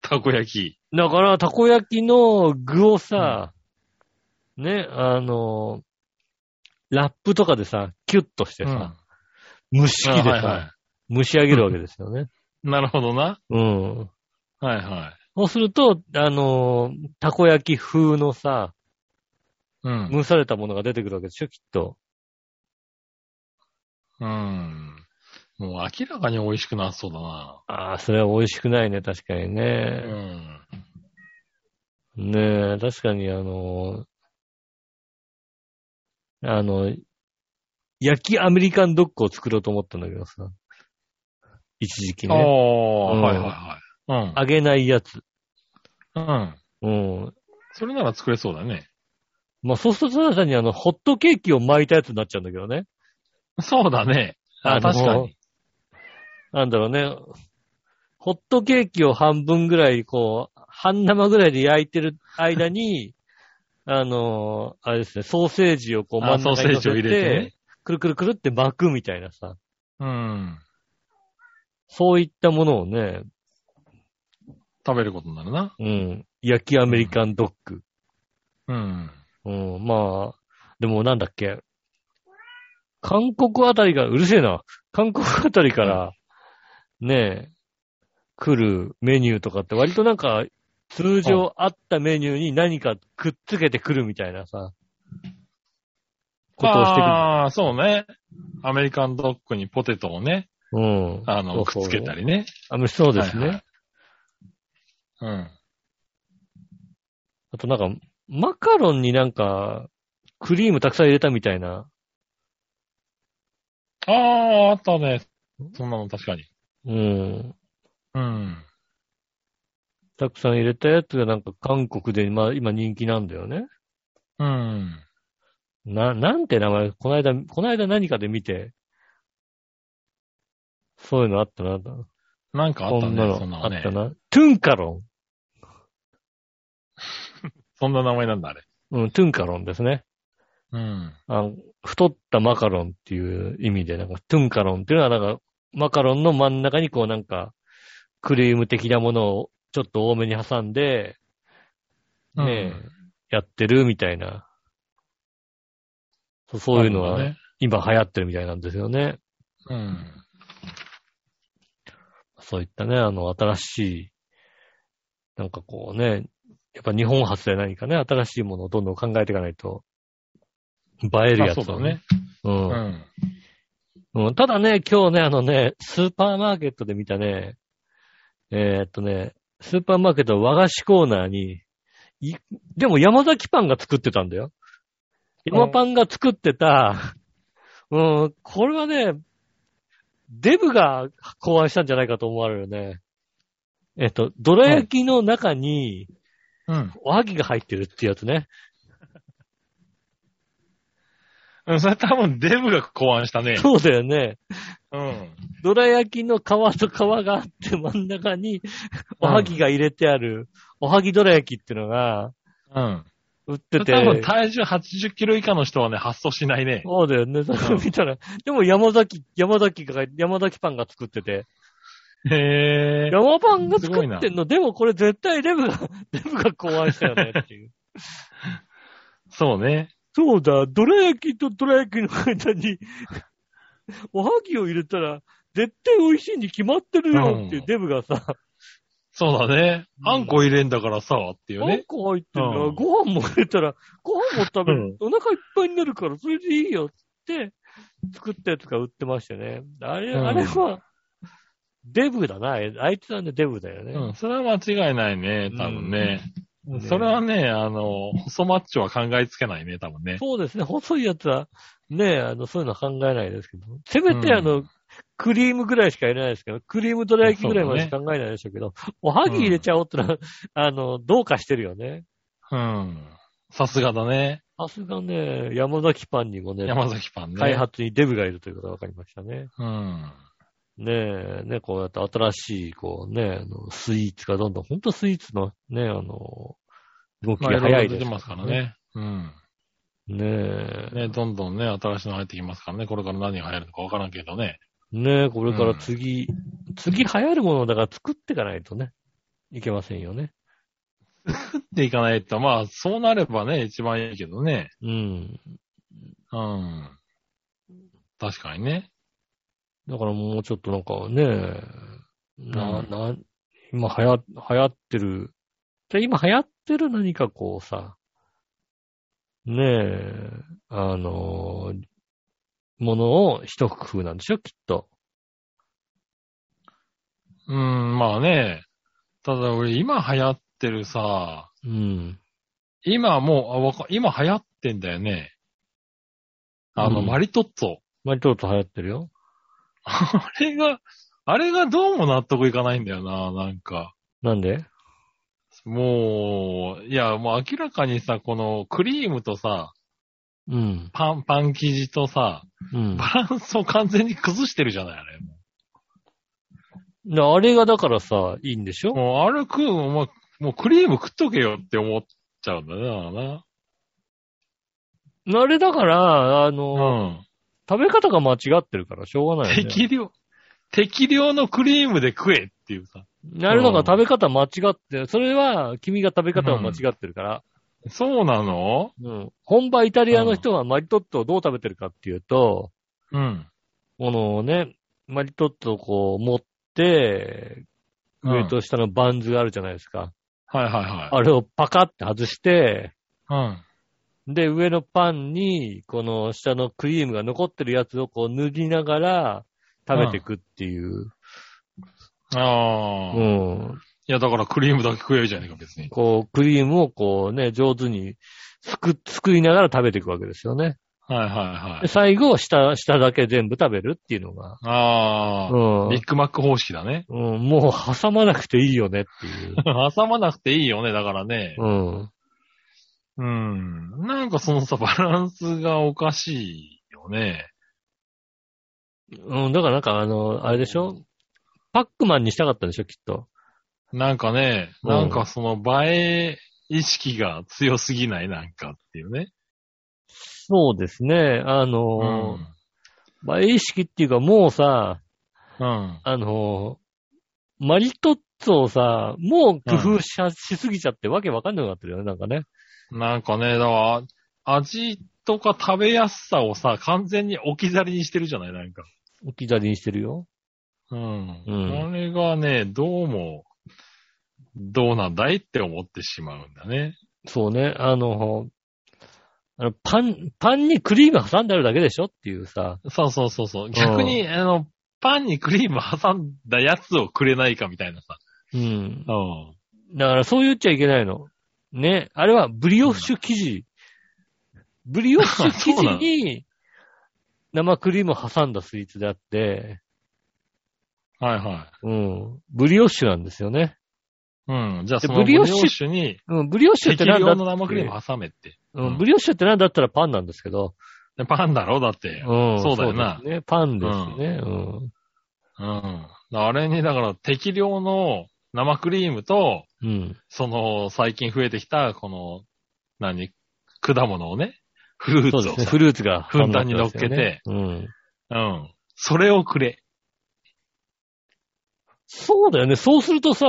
C: たこ焼き。
B: だから、たこ焼きの具をさ、ね、あの、ラップとかでさ、キュッとして
C: うん
B: さ、蒸し器でさ、
C: はいは
B: 蒸し上げるわけですよね。
C: い。なるほどな。
B: うん。
C: はいはい。
B: そうすると、あのーたこ焼き風のさ、
C: うん。
B: 蒸されたものが出てくるわけでしょ、きっと。
C: うん。もう明らかに美味しくなさそうだな。
B: ああ、それは美味しくないね、確かに
C: う
B: ね。
C: ん。
B: うねえ、確かにあの、あの、焼きアメリカンドッグを作ろうと思ったんだけどさ。一時期
C: ああ、
B: ね。うん
C: はいはいはい。
B: 揚げないやつ。
C: うん。う
B: う
C: ん。
B: ん。
C: それなら作れそうだね。
B: まあ、そうするとただ単にあの、ホットケーキを巻いたやつになっちゃうんだけどね。
C: そうだね。
B: あ
C: あ
B: の
C: 確かに。
B: なんだろうね。ホットケーキを半分ぐらい、こう、半生ぐらいで焼いてる間に、 (laughs) あのあれですね、ソーセージをこう真
C: あ
B: ん
C: ソー
B: 中
C: セ
B: に
C: ー
B: 乗
C: ジを
B: せ
C: 入
B: て、
C: れてね。
B: くるくるくるって巻くみたいなさ、
C: うん。
B: そういったものをね、
C: 食べることになるな。
B: うん、焼きアメリカンドッグ。
C: うん。
B: うん、まあ、でもなんだっけ。韓国あたりが、うるせえな。韓国あたりから、ねえ、来るメニューとかって割となんか、通常あったメニューに何かくっつけてくるみたいなさ、ことをして
C: ああ、そうね。アメリカンドッグにポテトをね、
B: くる。うん。
C: あの、くっつけた
B: り。
C: りね。
B: あのそうですね。
C: はいはいうん。
B: あとなんか、マカロンになんか、クリームたくさん入れたみたいな。
C: ああ、あったね。そんなの確かに。
B: うん。
C: うん。
B: たくさん入れたやつがなんか韓国で、まあ今人気なんだよね。
C: うん。
B: な、なんて名前、この間、この間何かで見て、そういうのあったな。
C: なんかあっ
B: こ
C: た
B: んな
C: ね、
B: の
C: そんな
B: あ
C: の
B: っ
C: ね
B: た。な。トゥンカロ
C: そんな名前なんだ、あれ。
B: ン。うん、トゥンカロンですね。
C: うん。
B: あの太ったマカロンっていう意味で、なんか、トゥンカロンっていうのは、なんか、マカロンの真ん中にこうなんか、クリーム的なものをちょっと多めに挟んで、ねえ、やってるみたいな。そうそういうの
C: あるんだ
B: は
C: ね。
B: 今流行ってるみたいなんですよね。
C: うん。
B: そういったね、あの、新しい、なんかこうね、やっぱ日本発で何かね、新しいものをどんどん考えていかないと、映える
C: あ
B: やつ
C: そう
B: を
C: だね。
B: うん
C: うん。
B: うん。ただね、今日ね、あのね、スーパーマーケットで見たね、えーっとね、スーパーマーケットの和菓子コーナーに、いでも山崎パンが作ってたんだよ。山パンが作ってた、 (laughs) うん、これはね、デブが考案したんじゃないかと思われるね。えっと、どら焼きの中に、
C: うん。
B: おはぎが入ってるってやつね。
C: うん、それ多分デブが考案したね。
B: そうだよね。
C: うん。
B: どら焼きの皮と皮があって真ん中におはぎが入れてある、おはぎどら焼きっていうのが
C: うん。
B: 売っ
C: 多
B: てて。
C: 分体重80キロ以下の人はね、発想しないね。
B: そうだよね。それ見たら、でも山崎、山崎が、山崎パンが作ってて。
C: へえ。
B: 山パンが
C: す
B: 作
C: ごいな
B: ってんの、でもこれ絶対レブが、 (laughs) レブが考案したよねっていう。
C: そうね。
B: (laughs) そうだ、どら焼きとどら焼きの間に、 (laughs) おはぎを入れたら、絶対美味しいに決まってるよっていう
C: うん
B: デブがさ、
C: そうだね。
B: うん
C: あんこ入れんだからさ、っていう
B: あん
C: ね。
B: こ入ってるな、
C: うん
B: ご飯も入れたら、ご飯も食べる、
C: うん
B: お腹いっぱいになるから、それでいいよって、作ったやつが売ってましたね。あれ、
C: うん
B: あれは、デブだな。あいつはね、デブだよね。
C: うん。それは間違いないね、多分ね。
B: うん
C: それはね、あの、細マッチョは考えつけないね、多分ね。
B: そうですね。細いやつは、ねあの、そういうのは考えないですけど。せめて、あの、
C: うん
B: クリームぐらいしか入れないですけど、クリームどら焼きぐらいまでしか考えないでしょうけど、おはぎ入れちゃおうってのは、あの、どうかしてるよね。
C: うん。さすがだね。
B: さすがね、山崎パンにもね、
C: 山崎パンね。
B: 開発にデブがいるということが分かりましたね。
C: うん。
B: ねえ、ね、こうやって新しい、こうね、あのスイーツがどんどん、ほんとスイーツのね、あの、動き
C: まあ、い
B: が
C: ろい
B: 早
C: ろ
B: い
C: 出
B: で
C: て
B: す
C: ますから。ね。うん。
B: ねえ、
C: ね、どんどんね、新しいの入ってきますからね。これから何が流行るのかわからんけどね。
B: ねえ、これから次、次流行るものをだから作っていかないとね、いけませんよね。
C: っていかないと、まあ、そうなればね、一番いいけどね。
B: うん。
C: うん。確かにね。
B: だからもうちょっとなんかね、な、
C: うん
B: な、今流行、流行ってる、で今流行ってる何かこうさ、ねえ、あのーものを一工夫なんでしょ、きっと。
C: うん、まあね。ただ俺、今流行ってるさ、
B: うん。
C: 今もう、あわか今流行ってんだよね。あの、
B: うん
C: マリトッツォ。
B: まあ、ちょっと流行ってるよ。
C: あれが、あれがどうも納得いかないんだよな、なんか。
B: なんで
C: もう、いや、もう明らかにさ、このクリームとさ、
B: うん。
C: パン、パン生地とさ、
B: うん。
C: バランスを完全に崩してるじゃない、あれ。
B: であれがだからさ、いいんでしょ
C: もう、あれ食うの、もう、もうクリーム食っとけよって思っちゃうんだよなだからな。
B: あれだから、あの、
C: うん。
B: 食べ方が間違ってるからしょうがないよね。
C: 適量、適量のクリームで食えっていうさ。
B: あれだから食べ方間違って、それは君が食べ方を間違ってるから。
C: そうなの
B: うん。本場イタリアの人はマリトッツォをどう食べてるかっていうと、
C: うん。
B: このね、マリトッツォをこう持って、
C: うん
B: 上と下のバンズがあるじゃないですか。
C: はいはいは
B: あれをパカって外して、
C: い。
B: で、上のパンに、この下のクリームが残ってるやつをこう塗りながら食べていくっていう。
C: うん。ああ。
B: う
C: い
B: ん。
C: や、だからクリームだけ食えばいいじゃねえか、別に。
B: こう、クリームをこうね、上手にすく、すくいながら食べていくわけですよね。
C: はいはいは
B: で
C: い。
B: 最後、下、下だけ全部食べるっていうのが。
C: ああ、
B: うん
C: ビッグマック方式だね。
B: うん、もう挟まなくていいよねって (laughs) いう。
C: 挟まなくていいよね、だからね。
B: うん。
C: うん。なんかそのさ、バランスがおかしいよね。
B: うん、だからなんかあの、あれでしょパックマンにしたかったでしょきっと。
C: なんかね、
B: うん
C: なんかその映え意識が強すぎない、なんかっていうね。
B: そうですね。あ
C: う
B: の、
C: ん。
B: まあ、意識っていうかもうさ、
C: うん。
B: あの、マリトッツォをさ、もう工夫し,、しすぎちゃってわけわかんなくなってるよね、なんかね。
C: なんかね、だから、味とか食べやすさをさ、完全に置き去りにしてるじゃない、なんか。
B: 置き去りにしてるよ。
C: うん。
B: うん
C: これがね、どうも、どうなんだいって思ってしまうんだね。
B: そうね、あの、あのパン、パンにクリーム挟んであるだけでしょっていうさ。
C: そうそうそうそう。逆に、あの、パンにクリーム挟んだやつをくれないかみたいなさ。
B: うん。
C: うん。
B: だからそう言っちゃいけないの。ね。あれはブリオッシュ生地。ブリオッシュ生
C: そうな
B: 地
C: の
B: に生クリームを挟んだスイーツであって、
C: はいは
B: うん。ブリオッシュなんですよね。
C: い。うん。じゃあ
B: で
C: そのブ
B: ブ
C: リ
B: リ
C: オ
B: オ
C: ッ
B: ッ
C: シ
B: シュ
C: ュに
B: うん。ブリオッシュって
C: 適
B: なんだ
C: 量
B: っ
C: の生クリー
B: て
C: ムを挟めって。
B: うん。ブリオッシュってなんだったらパンなんですけど。
C: でパンだろだって。
B: うん。
C: そうだよな
B: そうですね。パンですね。うん。
C: うん。あれに、だから適量の生クリームと、
B: うん。
C: その、最近増えてきた、この、何、果物をね、フルーツ
B: そ
C: を
B: うですね。
C: さ
B: フルーツが
C: ふんだんに乗っけて
B: 挟まってますよねうん。
C: うん。それをくれ。
B: そうだよね。そうするとさ、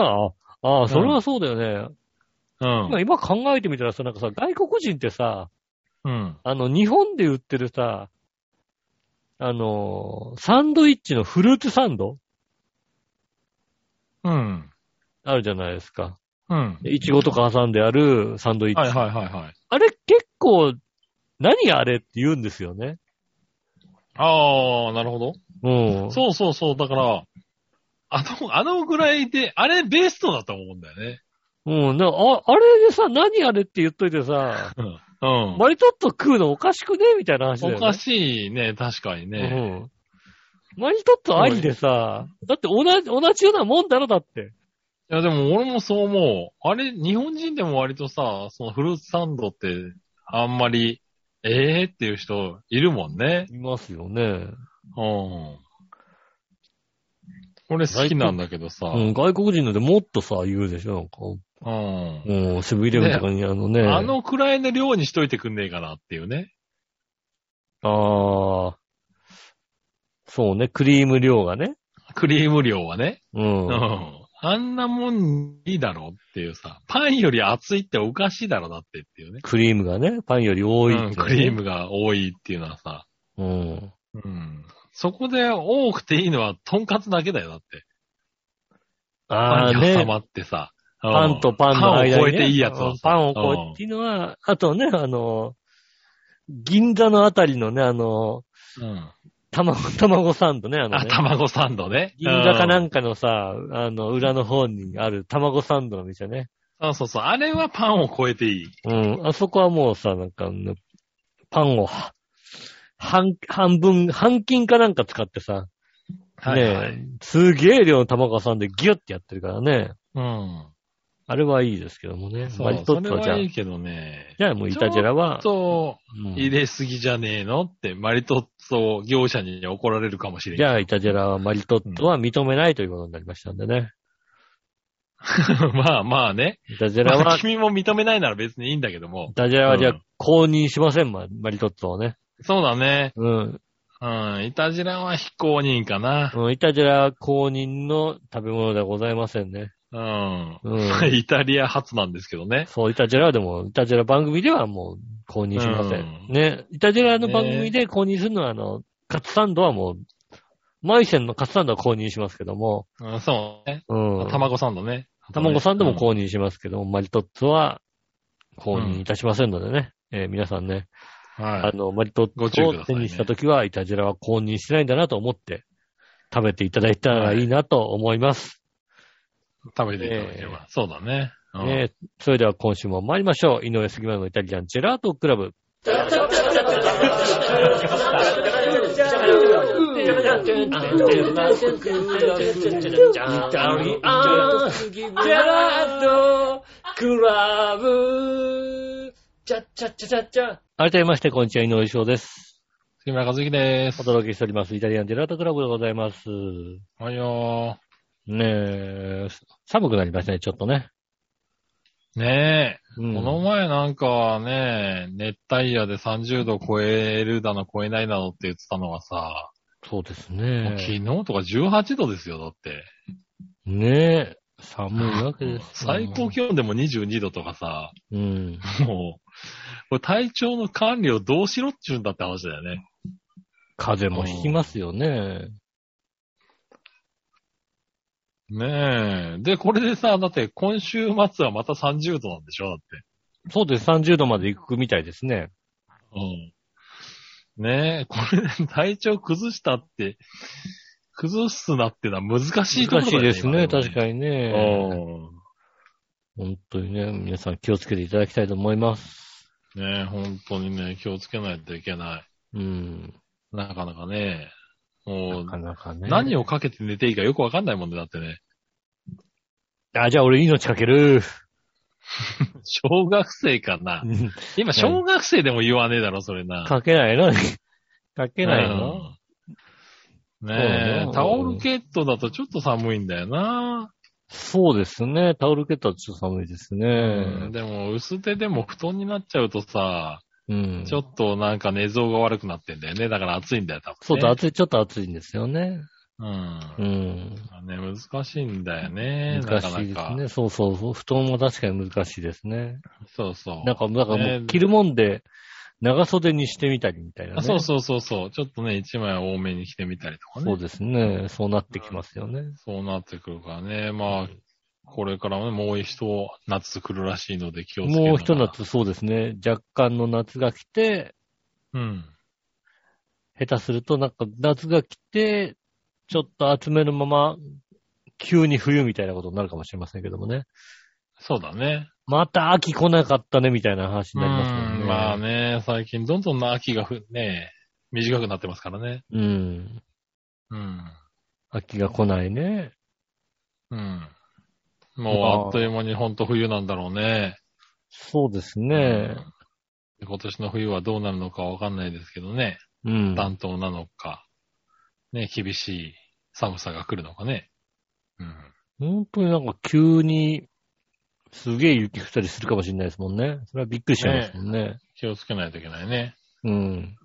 B: ああ、それはそうだよね。
C: うん
B: 今。今考えてみたらさ、なんかさ、外国人ってさ、
C: うん。
B: あの、日本で売ってるさ、あのー、サンドイッチのフルーツサンド
C: うん。
B: あるじゃないですか。
C: うん。
B: いちごとか挟んであるサンドイッチ。
C: はいはいはいはい。
B: あれ結構、何あれって言うんですよね。
C: ああ、なるほど。
B: うん。
C: そうそうそう。だから、あの、あのぐらいで、あれベストだと思うんだよね。
B: う。うん。なああれでさ、何あれって言っといてさ、
C: うん。
B: マリトッツォ食うのおかしくねみたいな話だよね。
C: おかしいね、確かにね。
B: うん。マリトッツォありでさ、だって同じ、同じようなもんだろ、だって。
C: いや、でも俺もそう思う。あれ、日本人でも割とさ、そのフルーツサンドって、あんまり、ええっていう人いるもんね。
B: いますよね。
C: うん。俺好きなんだけどさ、う
B: うん、外国人なんてもっとさ、言うでしょ、なんか。
C: ん。
B: うん、セブンイレブンとかにあのね。
C: あ、のくらいの量にしといてくんねえかなっていうね。
B: あーそうね、クリーム量がね。
C: クリーム量はね。
B: うん。
C: うん。あんなもんいいだろっていうさ。パンより厚いっておかしいだろだってっていうね。
B: クリームがね、パンより多いって、
C: うんクリー。ムが多いっていうのはさ。
B: うん。
C: うん。そこで多くていいのは、とんかつだけだよ、だって。
B: あ
C: パン
B: あ
C: に挟
B: ね。
C: まってさ。うん
B: パンとパンの間に、ね。
C: パンを超えていいやつ
B: う
C: を
B: ん
C: さ。
B: パンを超えてっていうのは、あとね、あの、銀座のあたりのね、あの、
C: うんうん
B: 卵、卵サンドね、あの、
C: あ、
B: ね。
C: 卵サンドね。
B: 銀座かな
C: うん
B: んかのさ、あの、裏の方にある卵サンドの店ね。
C: そうそうそう。あれはパンを超えていい。
B: うん。あそこはもうさ、なんかあの、パンをは、半、半分、半金かなんか使ってさ、
C: はい、はい。
B: ねえ、すげえ量の卵挟んでギュッてやってるからね。
C: うん。
B: あれはいいですけどもね。
C: そ
B: マ
C: う
B: リト
C: そ
B: ッ
C: れ
B: ツォはじゃ
C: は
B: あ、
C: いいけどね。
B: じゃあもうイタジェラは
C: ち、ょ
B: うん
C: っと入れすぎじゃねえのって、マリトッツォ業者に怒られるかもしれ
B: じ
C: ない。
B: ゃあイタジェラはマリトッツォは認めないということになりましたんでね。
C: (laughs) まあまあね。
B: イタジェラ
C: ま
B: は
C: (laughs) あ、君も認めないなら別にいいんだけども
B: イ。タジェラはじゃ
C: う
B: あ
C: ん
B: 公認しません、ママリトッツォをね。
C: そうだね。
B: うん。
C: うん。いたじらは非公認かな。
B: うん、イタジェラは公認の食べ物ではございませんね。
C: うん。
B: うん。
C: (laughs) イタリア初なんですけどね。
B: そう、イタジェラはでも、イタジェラ番組ではもう公認しません。
C: う
B: ね。イタジェラの番組で公認するのは、あの、カツサンドはもう、マイセンのカツサンドは公認しますけども、
C: うん、そうね。
B: うん。
C: 卵サンドね。
B: 卵さんでも公
C: う
B: 認しますけども、マリトッツォは公認いたしませんのでね。えー皆さんね、
C: ん。は
B: あ
C: い。
B: の、マリトッ
C: ご
B: ツ
C: 注意く
B: ォを
C: だ
B: 手
C: さいね
B: にしたときは、イタジェラは公認しないんだなと思って、食べていただいたらいいなと思います。
C: 食べていただければ。そうだね。うん
B: ねそれでは今週も参りましょう。井上杉村のイタリアンジェラートクラブ。改めまして、こんにちは、井上翔です。
C: 杉村和之です
B: お。届けしております。イタリアンジェラートクラブでございます。
C: はいよ
B: ねえ、寒くなりましたね、ちょっとね。
C: ー。ねえ。
B: うん
C: この前なんかね、熱帯夜で30度超えるだの超えないだのって言ってたのはさ、
B: そうです
C: もう昨
B: ね。
C: 日とか18度ですよ、だって。
B: ねえ、寒いわけですよ。
C: (laughs) 最高気温でも22度とかさ、
B: うん。
C: (laughs) もう、これ体調の管理をどうしろっちゅうんだって話だよね。
B: 風邪もひきますよね。
C: ねえ。で、これでさ、だって今週末はまた30度なんでしょだって。
B: そうです、30度まで行くみたいですね。
C: うん。ねえ、これで体調崩したって、崩すなってのは難しいとこ
B: 難
C: ろだ
B: しい
C: よね。
B: ですね、確か
C: に。
B: にね。
C: うん。
B: 本当にね、皆さん気をつけていただきたいと思います。
C: ねえ、本当にね、気をつけないといけない。
B: うん。
C: なかなかね、も
B: な
C: う、
B: かなかね。
C: 何をかけて寝ていいかよくわかんないもんね、だってね。
B: あ、じゃあ俺命かける。
C: 小学生かな。今、小学生でも言わねえだろ、それな。
B: かけない
C: (laughs)
B: のかけないの、
C: うん
B: そう
C: ね
B: ね
C: え、タオルケットだとちょっと寒いんだよな。
B: そうですね。タオルケットはちょっと寒いですね。
C: でも、薄手でも布団になっちゃうとさ、
B: うん。
C: ちょっとなんか寝相が悪くなってんだよね。だから暑いんだよ、多分、ね。
B: そうだ、暑い、ちょっと暑いんですよね。
C: うん
B: う。ん。
C: ね、難しいんだよね。
B: 難しいで
C: なか
B: す
C: なか。
B: ね。そうそうそう。布団も確かに難しいですね。
C: そうそう。
B: なんか、なんかもう
C: ね
B: 着るもんで、長袖にしてみたりみたいなね。
C: あそうそうそうそう。ちょっとね、一枚多めに着てみたりとかね。
B: そうですね。そうなってきますよね。
C: そうなってくるからね。まあ、これからね、もう一夏来るらしいので気をつけながら
B: もう一。夏、そうですね。若干の夏が来て、
C: うん。
B: 下手するとなんか夏が来て、ちょっと厚めのまま、急に冬みたいなことになるかもしれませんけどもね。
C: そうだね。
B: また秋来なかったねみたいな話になりますもん
C: う
B: ね。
C: んまあね、最近どんどんな秋がふ、ね、短くなってますからね。
B: うん。
C: うん。
B: 秋が来ないね。
C: うん。もうあっという間に本当冬なんだろうね。
B: そうです
C: え
B: ね。
C: 今年の冬はどうなるのかわかんないですけどね。
B: うん。
C: 暖冬なのか、ね、厳しい寒さが来るのかね。うん。
B: 本当になんか急に、すげえ雪降ったりするかもしれないですもんね。それはびっくりしちゃいますもんね。
C: 気をつけないといけないね。
B: うん。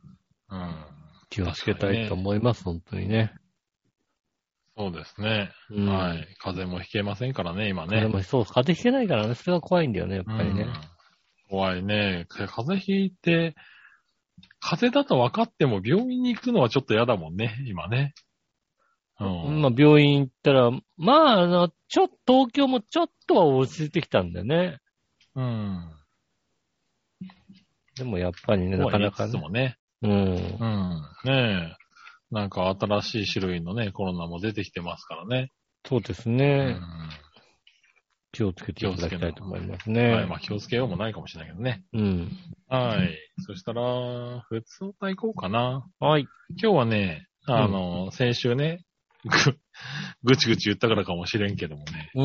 C: うん。
B: 気をつけたいと思います、本当にね。
C: そうですね。
B: うん
C: はい。風邪もひけませんからね、今ね。
B: でもそう、風邪ひけないからね、それが怖いんだよね、やっぱりね
C: う。ん怖いね。風邪ひいて、風邪だと分かっても病院に行くのはちょっと嫌だもんね、今ね。うん。
B: まあ、病院行ったら、まあ、あの、ちょっと、東京もちょっとは落ち着いてきたんだよね。
C: うん。
B: でもやっぱりね、
C: と
B: な
C: は
B: か
C: 言
B: ないか
C: つつ
B: ね。
C: もね。
B: うん。
C: うん。ねえ。なんか新しい種類のね、コロナも出てきてますからね。
B: そうです
C: う
B: ね。
C: ん。
B: 気をつけていただきたいと思います
C: はいはい。
B: ね
C: ま。あ気をつけようもないかもしれないけどね。
B: うん。
C: はい。そしたら、普通歌行こうかな。
B: はい。
C: 今日はね、あの、先週ね、ぐ、 (laughs) ぐちぐち言ったからかもしれんけどもね、
B: うん。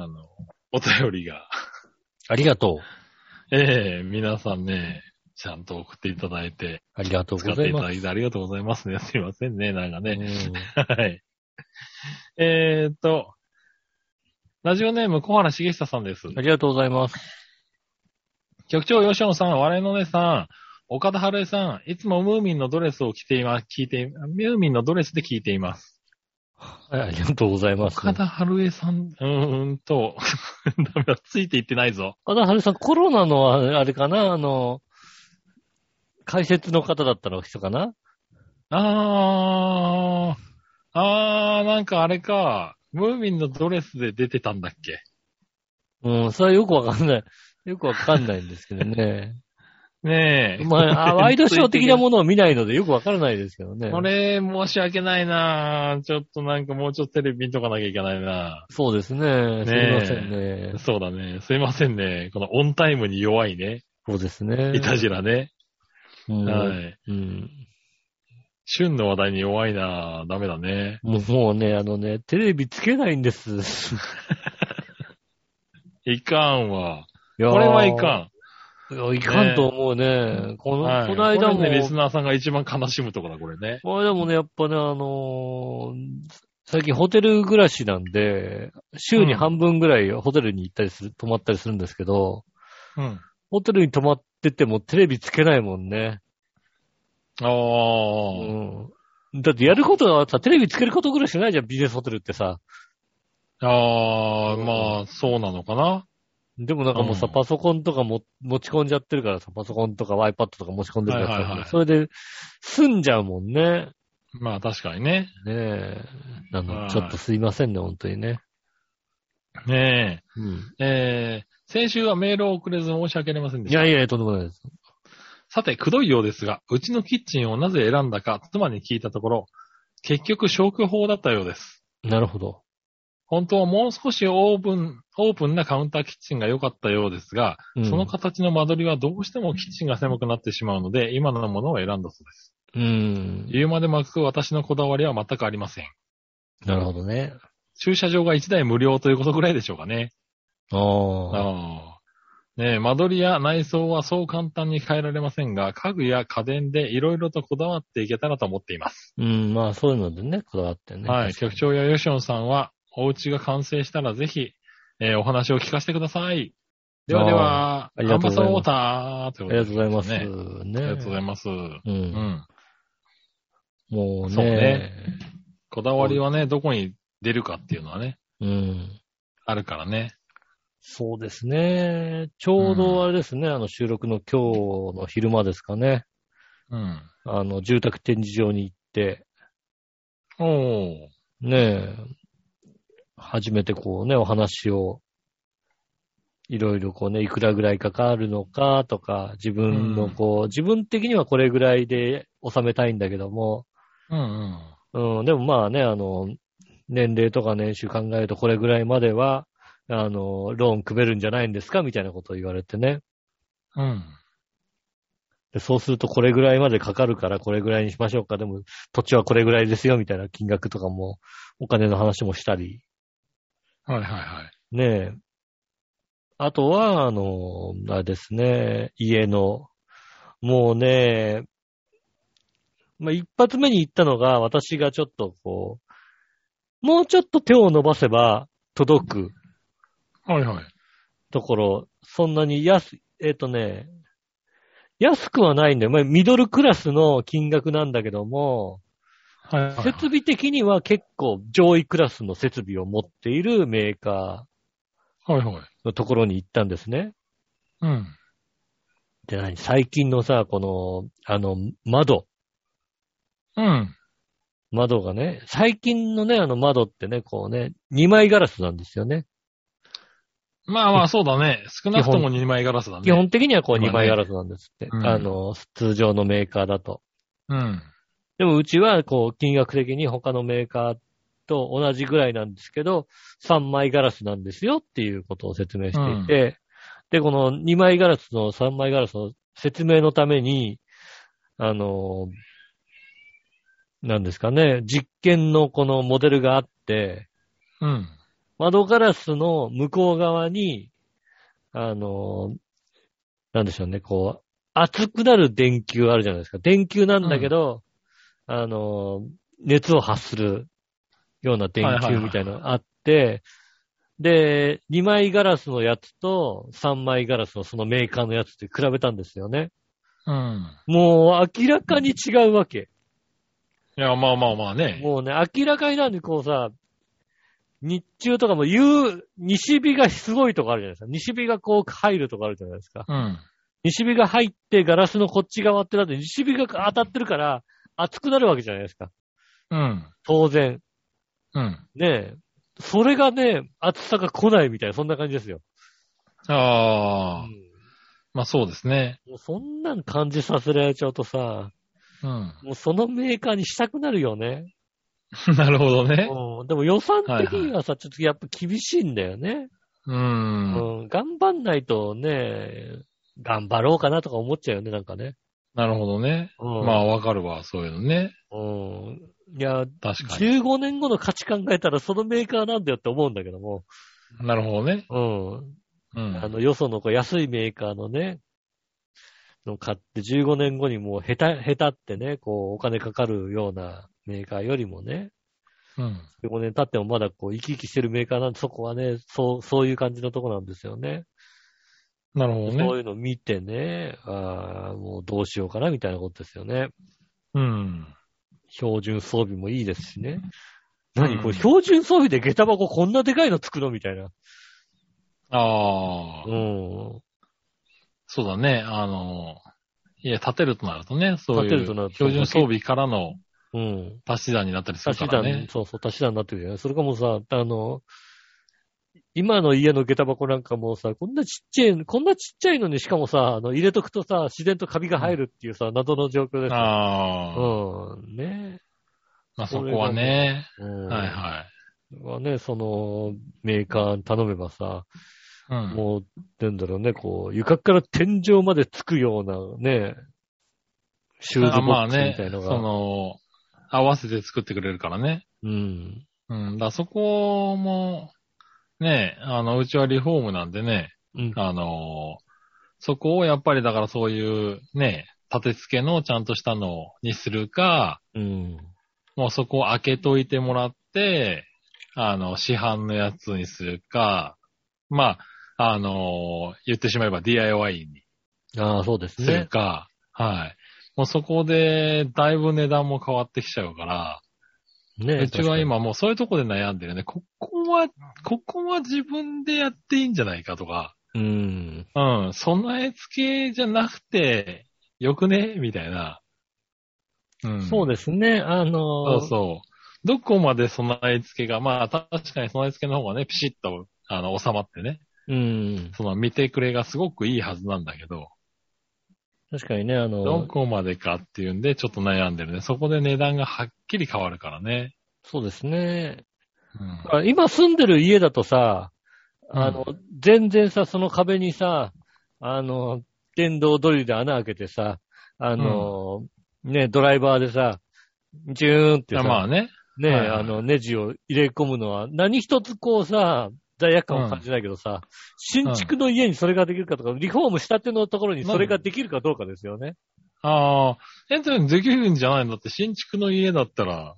C: あの、お便りが、 (laughs)
B: ありがとう。
C: ええ皆さんね、ちゃんと送っていただいて、
B: ありがとう
C: 使
B: ご
C: っ
B: ざ
C: て
B: い
C: いた
B: ま
C: だ
B: す。
C: いてありがとうございますね。 (laughs) すいませんね、なんか
B: う
C: ね。
B: ん
C: はい。えーっと、ラジオネーム小原茂久さんです。
B: ありがとうございます。
C: 局長、吉野さん、我の姉さん、岡田春江さん、いつもムーミンのドレスを着ています、聞いて、ムーミンのドレスで聞いています。
B: はい、ありがとうございます。
C: 岡田春江さん、うーんと、 (laughs) ダメだ、ついていってないぞ。
B: 岡田春さん、コロナのあれあれかなあの、解説の方だったの人かな
C: あー、あー、なんかあれか、ムーミンのドレスで出てたんだっけ
B: うん、それはよくわかんない。よくわかんないんですけど (laughs) ね。
C: ねえ。
B: まあ、あワイドショー的なものを見ないのでよくわからないですけどね。
C: これ、申し訳ないなぁちょっとなんかもうちょっとテレビ見とかなきゃいけないな
B: そうですね。すみませんね。
C: ぁそうだね。すいませんね。このオンタイムに弱いね。
B: そうですね。
C: いたじらね。
B: うん、
C: はい。
B: うん。
C: 旬の話題に弱いなぁダメだね。
B: もうもうね、あのね、テレビつけないんです。 (laughs)
C: いかんわ。
B: いやー
C: これはいか
B: いやいかんと思うね。こ
C: ん。
B: の、
C: はい。
B: この間も、
C: これね、リスナーさんが一番悲しむとこだ、これね。
B: この間もね、やっぱね、あのー最近ホテル暮らしなんで、週に半分ぐらいホテルに行ったりする、泊まったりするんですけど、
C: うん。
B: ホテルに泊まっててもテレビつけないもんね。
C: あ
B: う
C: ー。
B: ん。だってやることはさ、テレビつけることぐらいしないじゃん、ビジネスホテルってさ。
C: あ
B: う
C: ー、
B: ん
C: まあ、そうなのかな。
B: でもなんかもうさ、
C: うん
B: パソコンとかも持ち込んじゃってるからさ、パソコンとか iPad とか持ち込んでるからさ、
C: はいはいはい
B: それで済んじゃうもんね。
C: まあ、確かにね。
B: ねえ。なの
C: はい
B: で、ちょっとすいませんね、本当にね。
C: ね
B: うん。
C: え。えー、先週はメールを送れず申し訳ありませんで
B: い
C: した
B: や。いや、とんでもないです。
C: さて、くどいようですが、うちのキッチンをなぜ選んだか、妻に聞いたところ、結局消去法だったようです。
B: なるほど。
C: 本当はもう少しオープン、オープンなカウンターキッチンが良かったようですが、
B: うん
C: その形の間取りはどうしてもキッチンが狭くなってしまうので、今のものを選んだそうです。
B: うん。
C: 言うまでもなく私のこだわりは全くありません。
B: なるほどね。
C: 駐車場が1台無料ということぐらいでしょうかね。
B: ああ。
C: ああ。ねえ、間取りや内装はそう簡単に変えられませんが、家具や家電でいろいろとこだわっていけたらと思っています。
B: うん、まあそういうのでね、こだわってね。
C: はい。局長や吉野さんは、お家が完成したらぜひ、えーお話を聞かせてください。ではでは、
B: ありがとうございます
C: アンバサダーと
B: あ
C: い
B: りがと
C: うこ
B: うございます。
C: ね
B: ね。
C: とで。ありがとうございます。う。
B: うんん。もう
C: そう
B: ね
C: ね。こだわりはね、どこに出るかっていうのはね、
B: うん。
C: あるからね。
B: そうですね。ちょうどあれですね、あの収録の今日の昼間ですかね。
C: うん。
B: あの、住宅展示場に行って、
C: おー。
B: ねえ、初めてこうね、お話を、いろいろこうね、いくらぐらいかかるのかとか、自分のこう、自分的にはこれぐらいで収めたいんだけども、
C: うんうん。
B: うん、でもまあね、あの、年齢とか年収考えるとこれぐらいまでは、あの、ローン組めるんじゃないんですかみたいなことを言われてね。
C: うん。
B: でそうするとこれぐらいまでかかるからこれぐらいにしましょうか。でも土地はこれぐらいですよみたいな金額とかも、お金の話もしたり。
C: はいはいはい。
B: ねえ。あとは、あの、あれですね、家の、もうね、まあ、一発目に行ったのが、私がちょっとこう、もうちょっと手を伸ばせば届く
C: はいはい。
B: ところ、そんなに安、えっ、とね、安くはないんだよ。まあ、ミドルクラスの金額なんだけども、
C: はいはいはい。
B: 設備的には結構上位クラスの設備を持っているメーカ
C: はいはい。
B: ーのところに行ったんですね。
C: うん。
B: で、何最近のさ、この、あの、窓。
C: うん。
B: 窓がね、最近のね、あの窓ってね、こうね、2枚ガラスなんですよね。
C: まあまあ、そうだね。少なくとも2枚ガラスだね。
B: 基本的にはこう
C: まあね
B: 2枚ガラスなんですって。
C: うん
B: あの、通常のメーカーだと。
C: うん。
B: でもうちはこう金額的に他のメーカーと同じぐらいなんですけど、3枚ガラスなんですよっていうことを説明していて、で、この2枚ガラスの3枚ガラスの説明のために、あの、なんですかね、実験のこのモデルがあって、
C: うん。
B: 窓ガラスの向こう側に、あの、なんでしょうね、こう、熱くなる電球あるじゃないですか。電球なんだけど、あの、熱を発するような電球みたいなのがあって、で、2枚ガラスのやつと3枚ガラスのそのメーカーのやつって比べたんですよね。
C: うん。
B: もう明らかに違うわけ。
C: いや、まあまあまあね。
B: もうね、明らかになんでこうさ、日中とかも夕、西日がすごいとこあるじゃないですか。西日がこう入るとこあるじゃないですか。
C: うん。
B: 西日が入ってガラスのこっち側ってだって西日が当たってるから熱くなるわけじゃないですか。
C: うん。
B: 当然。
C: うん。
B: ねえ。それがね、熱さが来ないみたいな、そんな感じですよ。う
C: ああ、
B: ん
C: まあそうですね。
B: もうそんなん感じさせられちゃうとさ、
C: うん。
B: もうそのメーカーにしたくなるよね。
C: なるほどね。
B: うん。でも予算的
C: はい
B: にはさ、ちょっとやっぱ厳しいんだよね。
C: うん。
B: うん、頑張んないとね、頑張ろうかなとか思っちゃうよね、なんかね。
C: なるほどね。
B: うん、
C: まあわかるわ、そういうのね。
B: うん。いや、
C: 確かに。
B: 15年後の価値考えたらそのメーカーなんだよって思うんだけども。
C: なるほどね。
B: うん。
C: う
B: あ
C: ん。
B: の、よそのこう安いメーカーのね、の買って15年後にもう下手、下手ってね、こうお金かかるようなメーカーよりもね、
C: うん。
B: 15年経ってもまだこう生き生きしてるメーカーなんで、そこはね、そう、そういう感じのとこなんですよね。
C: なるほど
B: そ
C: ね。
B: ういうの見てね、ああ、もうどうしようかなみたいなことですよね。
C: うん。
B: 標準装備もいいですしね。
C: うん
B: 何これ、標準装備で下駄箱こんなでかいの作ろうみたいな。
C: ああ
B: う、ん。
C: そうだね。あの、いや、立てるとなるとね、そうい
B: 立てるとなる
C: う
B: と
C: 標準装備からの
B: うん。
C: 足し算になったりする
B: 足
C: か
B: し
C: ら
B: 算、
C: ね。
B: そうそう、足し算になってくるよね。それかもうさ、あの、今の家の下駄箱なんかもうさ、こんなちっちゃい、こんなちっちゃいのにしかもさ、あの、入れとくとさ、自然とカビが入るっていうさ、謎の状況です。
C: ああ、
B: うん。ね
C: まあそこはね。
B: うん。
C: はいは
B: はね、その、メーカーに頼めばさ、
C: い。うん。
B: もう、なんだろうね、こう、床から天井までつくようなね、シュー
C: あ
B: ズボ
C: ま
B: ッ
C: あ
B: クスみ
C: ね、
B: たいのが。
C: その、合わせて作ってくれるからね。
B: うん。
C: うん、だからそこも、ね、あの、うちはリフォームなんでね、
B: うん。
C: あのそこをやっぱりだからそういうね、立て付けのちゃんとしたのにするか、
B: うん。
C: もうそこを開けといてもらって、あの、市販のやつにするか、まあ、あの言ってしまえば DIY に
B: ああ、そうです
C: する
B: ね。
C: か、はい。もうそこで、だいぶ値段も変わってきちゃうから、
B: ね
C: うちは。今もうそういうとこで悩んでるね。ここは、ここは自分でやっていいんじゃないかとか、
B: 確かにうん。
C: うん、備え付けじゃなくて、よくねみたいな。うん。
B: そうですね。あ
C: そ
B: の、
C: うそう。どこまで備え付けが、まあ確かに備え付けの方がね、ピシッと、あの、収まってね、
B: うん。
C: その見てくれがすごくいいはずなんだけど、
B: 確かにね、あ
C: ど
B: の、
C: こまでかっていうんで、ちょっと悩んでるね。そこで値段がはっきり変わるからね。
B: そうですね。
C: うん。
B: あ今住んでる家だとさ、あの
C: う、
B: 全然さ、その壁にさ、あの、電動ドリルで穴開けてさ、あの、ね、ドライバーでさ、ジューンって
C: いや
B: さ、
C: まあね。
B: ねえ、
C: はいはい
B: あの、ネジを入れ込むのは、何一つこうさ、罪悪感を感じないけどさ、新築の家にそれができるかとか、リフォームしたてのところにそれができるかどうかですよね。
C: ああ、え、でもできるんじゃないんだって、新築の家だったら、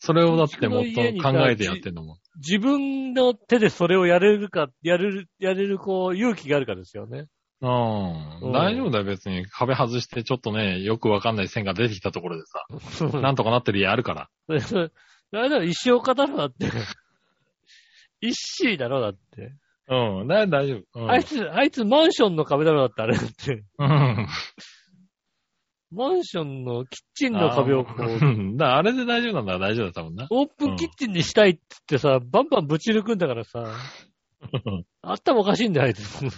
C: それをだってもっと考えてやってんのも。
B: 自分の手でそれをやれるか、やれる、やれる、こう、勇気があるかですよね。
C: う。
B: うんん
C: 大丈夫だよ、別に。壁外して、ちょっとね、よくわかんない線が出てきたところでさ、なんとかなってる家あるから。
B: それ (laughs) あれだろ、石岡だろ、だって。 (laughs) 石井だろ、だって。
C: うん、だ大丈夫。うん。
B: あいつ、あいつマンションの壁だろ、だって、あれだって。
C: うん。
B: マンションのキッチンの壁をこ
C: あ
B: う
C: ー、うんだからあれで大丈夫なんだから大丈夫だ、多分な。
B: オープンキッチンにしたいって言ってさ、バンバンぶち抜くんだからさ、あったもおかしいんだよ、あいつ。
C: うん、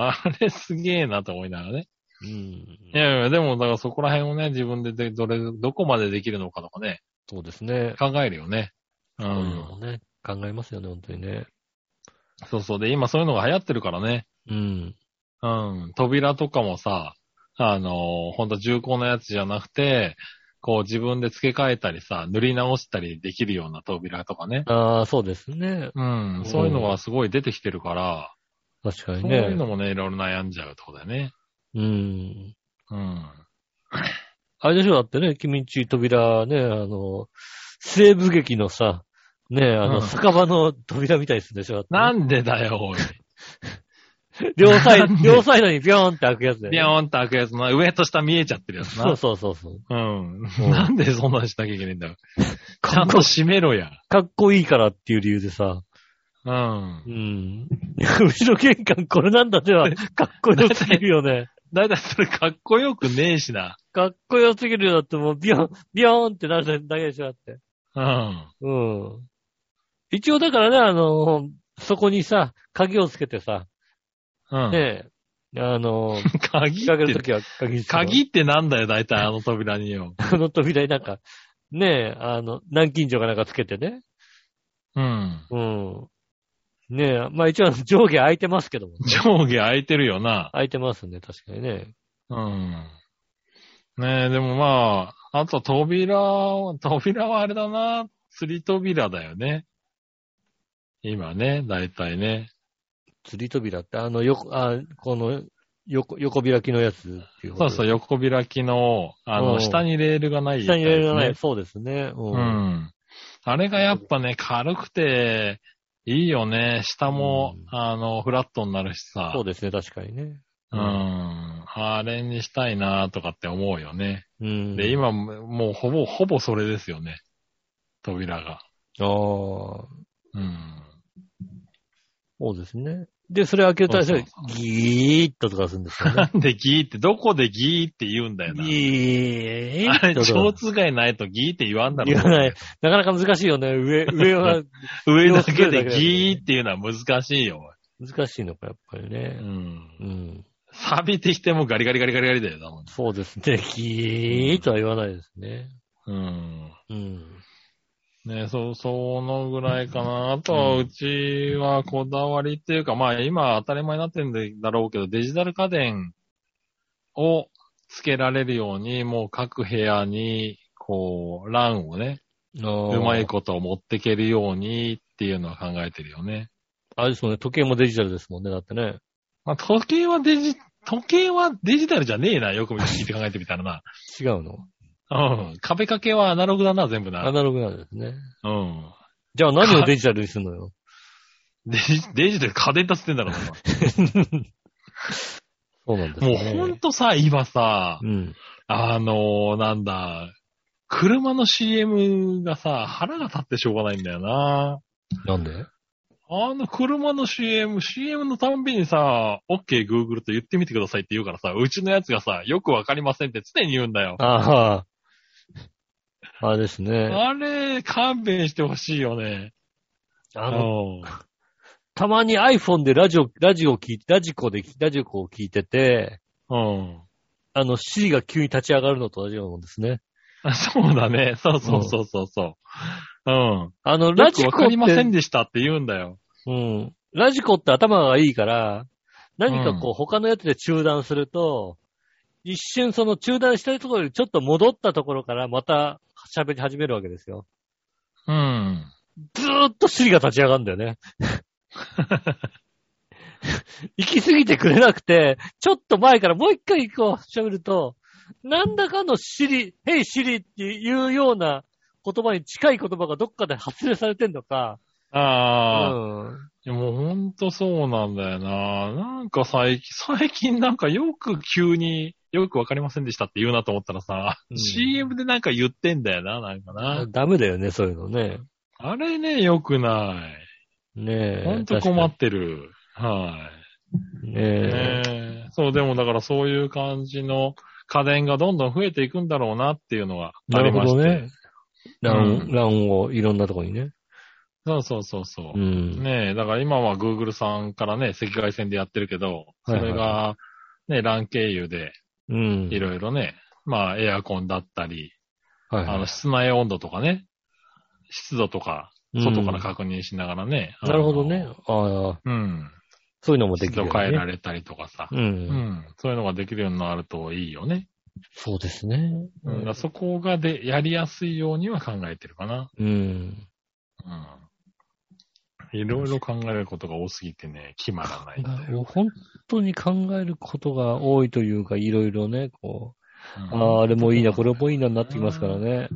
C: あれすげえなと思いながらね。
B: うん。
C: いやいや、でも、だからそこら辺をね、自分でで、どれ、どこまでできるのかとかね、
B: そうですね。
C: 考えるよね。う
B: そういうのも
C: ん。
B: ね、考えますよね、本当にね。
C: そうそう。で、今そういうのが流行ってるからね。
B: うん。
C: うん。扉とかもさ、あのー、ほんと重厚なやつじゃなくて、こう自分で付け替えたりさ、塗り直したりできるような扉とかね。
B: ああ、そうですね。
C: うん。そういうのがすごい出てきてるから、
B: 確かに
C: そう
B: ね。
C: いうのもね、いろいろ悩んじゃうとこだよね。
B: うん。
C: うん。
B: あれでしょ、だってね、君んち扉ね、あの、西部劇のさ、ね、あ
C: う
B: の、
C: ん
B: 酒場の扉みたいですでしょ。だ
C: な
B: ってね
C: んでだよ、お (laughs) い。
B: 両サイ
C: な
B: ド
C: ん、で
B: 両サイドにビョーンって開くやつだよね。
C: ビョーンって開くやつな、上と下見えちゃってるやつ
B: そ
C: な
B: う。そうそうそう。
C: うん。
B: うん
C: なんでそんなんしなきゃいけないんだよ。ちゃんと閉めろや。
B: かっこいいからっていう理由でさ、
C: うん
B: う。ん。後ろ玄関これなんだでは、かっこよすぎるよね。
C: だいたいそれかっこよくねえしな。
B: かっこよすぎるよだってもうビョーン、ビョーンってなるだけでしょ、だって。
C: うん。
B: うん。一応だからね、あの、そこにさ、鍵をつけてさ、
C: うん。
B: ねえ、あの、
C: 鍵
B: 引
C: っ
B: っ掛け
C: て
B: るときは鍵つけろ
C: 鍵ってなんだよ、大体あの扉によ。
B: この扉になんか、ねえ、あの、南京錠かなんかつけてね。
C: うん。
B: うん。ねえ、まあ一応上下開いてますけども。
C: 上下開いてるよな。
B: 開いてますね、確かにね。
C: うん。ねえ、でもまあ、あと扉を、扉はあれだな。釣り扉だよね。今ね、大体ね。
B: 釣り扉って、あの、横、あ、この、横、横開きのやつっていうこ
C: そ
B: と
C: うそう、
B: う
C: 横開きの、あ
B: う
C: の、
B: ん
C: 下にレールがない、
B: 下に入れられない。。そうですね。う
C: う。ん。あれがやっぱね、軽くて、いいよね。下も、
B: うん
C: あの、フラットになるしさ。
B: そうですね、確かにね。
C: うん。あれにしたいなとかって思うよね。
B: うん。
C: で、、今、もうほぼ、ほぼそれですよね。扉が。
B: ああ、そ
C: うん。
B: うですね。で、それ開けると、
C: そうそうそ
B: ギーッととかするんです
C: (laughs)
B: よね
C: な。んでギーって、どこでギーって言うんだよな。
B: ギー
C: あ
B: ッ
C: れ、
B: ととか
C: 蝶通外ないとギーって言わんだろ。
B: 言わない。。なかなか難しいよね。
C: (laughs)
B: 上、上は
C: 上だけ
B: 上だけだ
C: で
B: よね
C: ギーっていうのは難しいよ。
B: 難しいのか、やっぱり
C: う。
B: ね。うんん。
C: 錆びてきてもガリガリガリガリガリだよ、だもん。
B: そうですね。ギーッとは言わないですね。
C: うん。
B: うん。
C: ね、そう、そのぐらいかな。あとは、うちはこだわりっていうか、まあ今当たり前になってるんだろうけど、デジタル家電をつけられるように、もう各部屋に、こう、欄をね、う
B: う
C: まいことを持っていけるようにっていうのは考えてるよね。
B: あれですもんね、時計もデジタルですもんね、だってね。
C: まあ時計はデジ、時計はデジタルじゃねえな、よく聞いて考えてみたらな。
B: 違うの。
C: うん。壁掛けはアナログだな、全部
B: ア
C: な。
B: ナログなんですね。
C: うん。
B: じゃあ何をデジタルにするの
C: (laughs)
B: よ。
C: デジ、デジタル家電だっつってんだろうな。
B: そうなん
C: (laughs)
B: です
C: もう
B: ね。
C: ほんとさ、今さ
B: う、ん。
C: あのー、なんだ、車の CM がさ、腹が立ってしょうがないんだよな。
B: なんで
C: あの車の CM、CM のたんびにさ、OK Google と言ってみてくださいって言うからさ、うちのやつがさ、よくわかりませんって常に言うんだよ。
B: ああ。あれですね。
C: あれ、勘弁してほしいよね。
B: あ
C: あ
B: の、
C: の、
B: たまに iPhone でラジオ、ラジオ聞いラジコで、ラジコを聞いてて、
C: うん。 (laughs)
B: あの、Siri が急に立ち上がるのと同じようなもんですね。
C: あそうだね。そうそうそうそうそう。うん。
B: あの、
C: ラ
B: ラ
C: ジ
B: ジ
C: わ
B: コ
C: か
B: っ
C: りません
B: て、
C: でしたって言うんだよ。
B: うん。ラジコって頭がいいから、何かこう、他のやつで中断すると、一瞬その中断したところよりちょっと戻ったところからまた喋り始めるわけですよ。
C: うん。
B: ずーっと Siri が立ち上がるんだよね。行き過ぎてくれなくて、ちょっと前からもう一回こう喋ると、なんだかのシリ、ヘイシリっていうような言葉に近い言葉がどっかで発令されてんのか。う
C: ああ。
B: ん。
C: いやもうほんとそうなんだよな。なんか最近、最近なんかよく急によくわかりませんでしたって言うなと思ったらさ、
B: うん
C: CM でなんか言ってんだよな、なんかな。
B: ダメだよね、そういうのね。
C: あれね、良くない。
B: ねえ。
C: ほんと困ってる。は
B: 確かに
C: い、
B: ねえ。
C: ねえそう、でもだからそういう感じの家電がどんどん増えていくんだろうなっていうのがあ
B: な
C: り
B: る
C: まし
B: ほ
C: て。
B: どね。
C: う
B: 乱
C: ん
B: 乱をいろんなとこにね。
C: そうそうそうそ
B: う。
C: う
B: ん。
C: ねえ、だから今は Google さんからね、赤外線でやってるけど、それ
B: はい
C: が、ね、LAN 経由で、
B: うん。
C: いろいろね、まあエアコンだったり、
B: はい
C: あ
B: は
C: の
B: い。
C: 室内温度とかね、湿度とか、外から確認しながらね。
B: なるほどね。ああ、
C: あの。うん。
B: そういうのもで
C: 湿
B: きる、
C: 度
B: ね。
C: 変えられたりとかさ。
B: う。
C: うんん。そういうのができるようになるといいよね。
B: そうですね。
C: うん。だからそこがで、やりやすいようには考えてるかな。
B: うん。
C: うん。いろいろ考えることが多すぎてね、決まらないんだよ。
B: 本当に考えることが多いというか、いろいろね、こう、
C: うん
B: ああ、あれもいいな、これもいいなになってきますからね。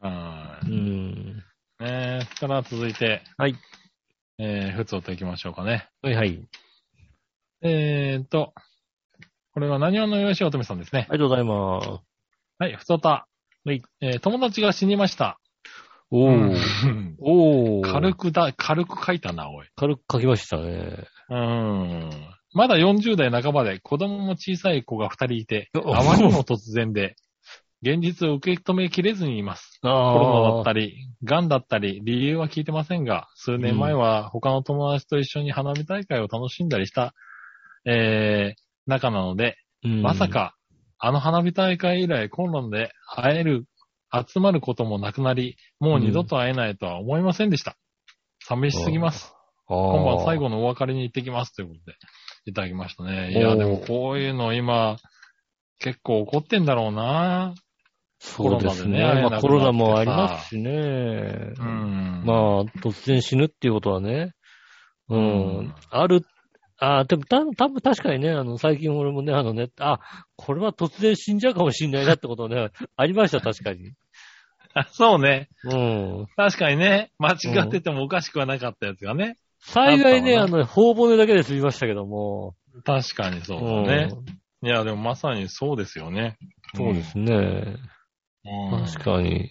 C: は
B: う
C: い。
B: ん。
C: ねえ、から続いて。
B: はい。
C: えー、ふつおといきましょうかね。
B: はいはい。あり
C: えーっと、これは何話のよしおとめさんですね。
B: がとうございます。
C: はい、ふつおた。
B: はい。
C: えー友達が死にました。
B: お
C: う
B: ー。
C: ん
B: おー。
C: 軽くだ、軽く書いたな、おい。
B: 軽く書きましたね。
C: うん。まだ40代半ばで子供も小さい子が2人いて、
B: お
C: あまりにも突然で、現実を受け止めきれずにいます。
B: あ
C: コ
B: あ
C: ロナだったり、癌だったり、理由は聞いてませんが、数年前は他の友達と一緒に花火大会を楽しんだりした、えー、仲なので、
B: うん
C: まさ。か、あの花火大会以来コロナで会える、集まることもなくなり、もう二度と会えないとは思いませんでした。寂しすぎます。今
B: 今
C: 晩最。後のお別れに行ってきます。ということで、いただきましたね。いや、
B: おー
C: でもこういうの今、結構怒ってんだろうな
B: そうですね。
C: コロナでね
B: まあコロナもありますしね。
C: うん。
B: まあ、突然死ぬっていうことはね。うん。
C: うん
B: ある、あでも、た多分確かにね、あの、最近俺もね、あのね、あ、これは突然死んじゃうかもしんないなってことね、 (laughs) ありました、確かに。
C: あ、 (laughs) そうね。
B: うん。
C: 確かにね、間違っててもおかしくはなかったやつがね。
B: 幸いね、
C: あ
B: あ
C: った
B: の、頬骨だけで済みましたけども。
C: 確かにそうだね。いや、でもまさにそうですよね。
B: うんそうですね。
C: うん。
B: 確かに。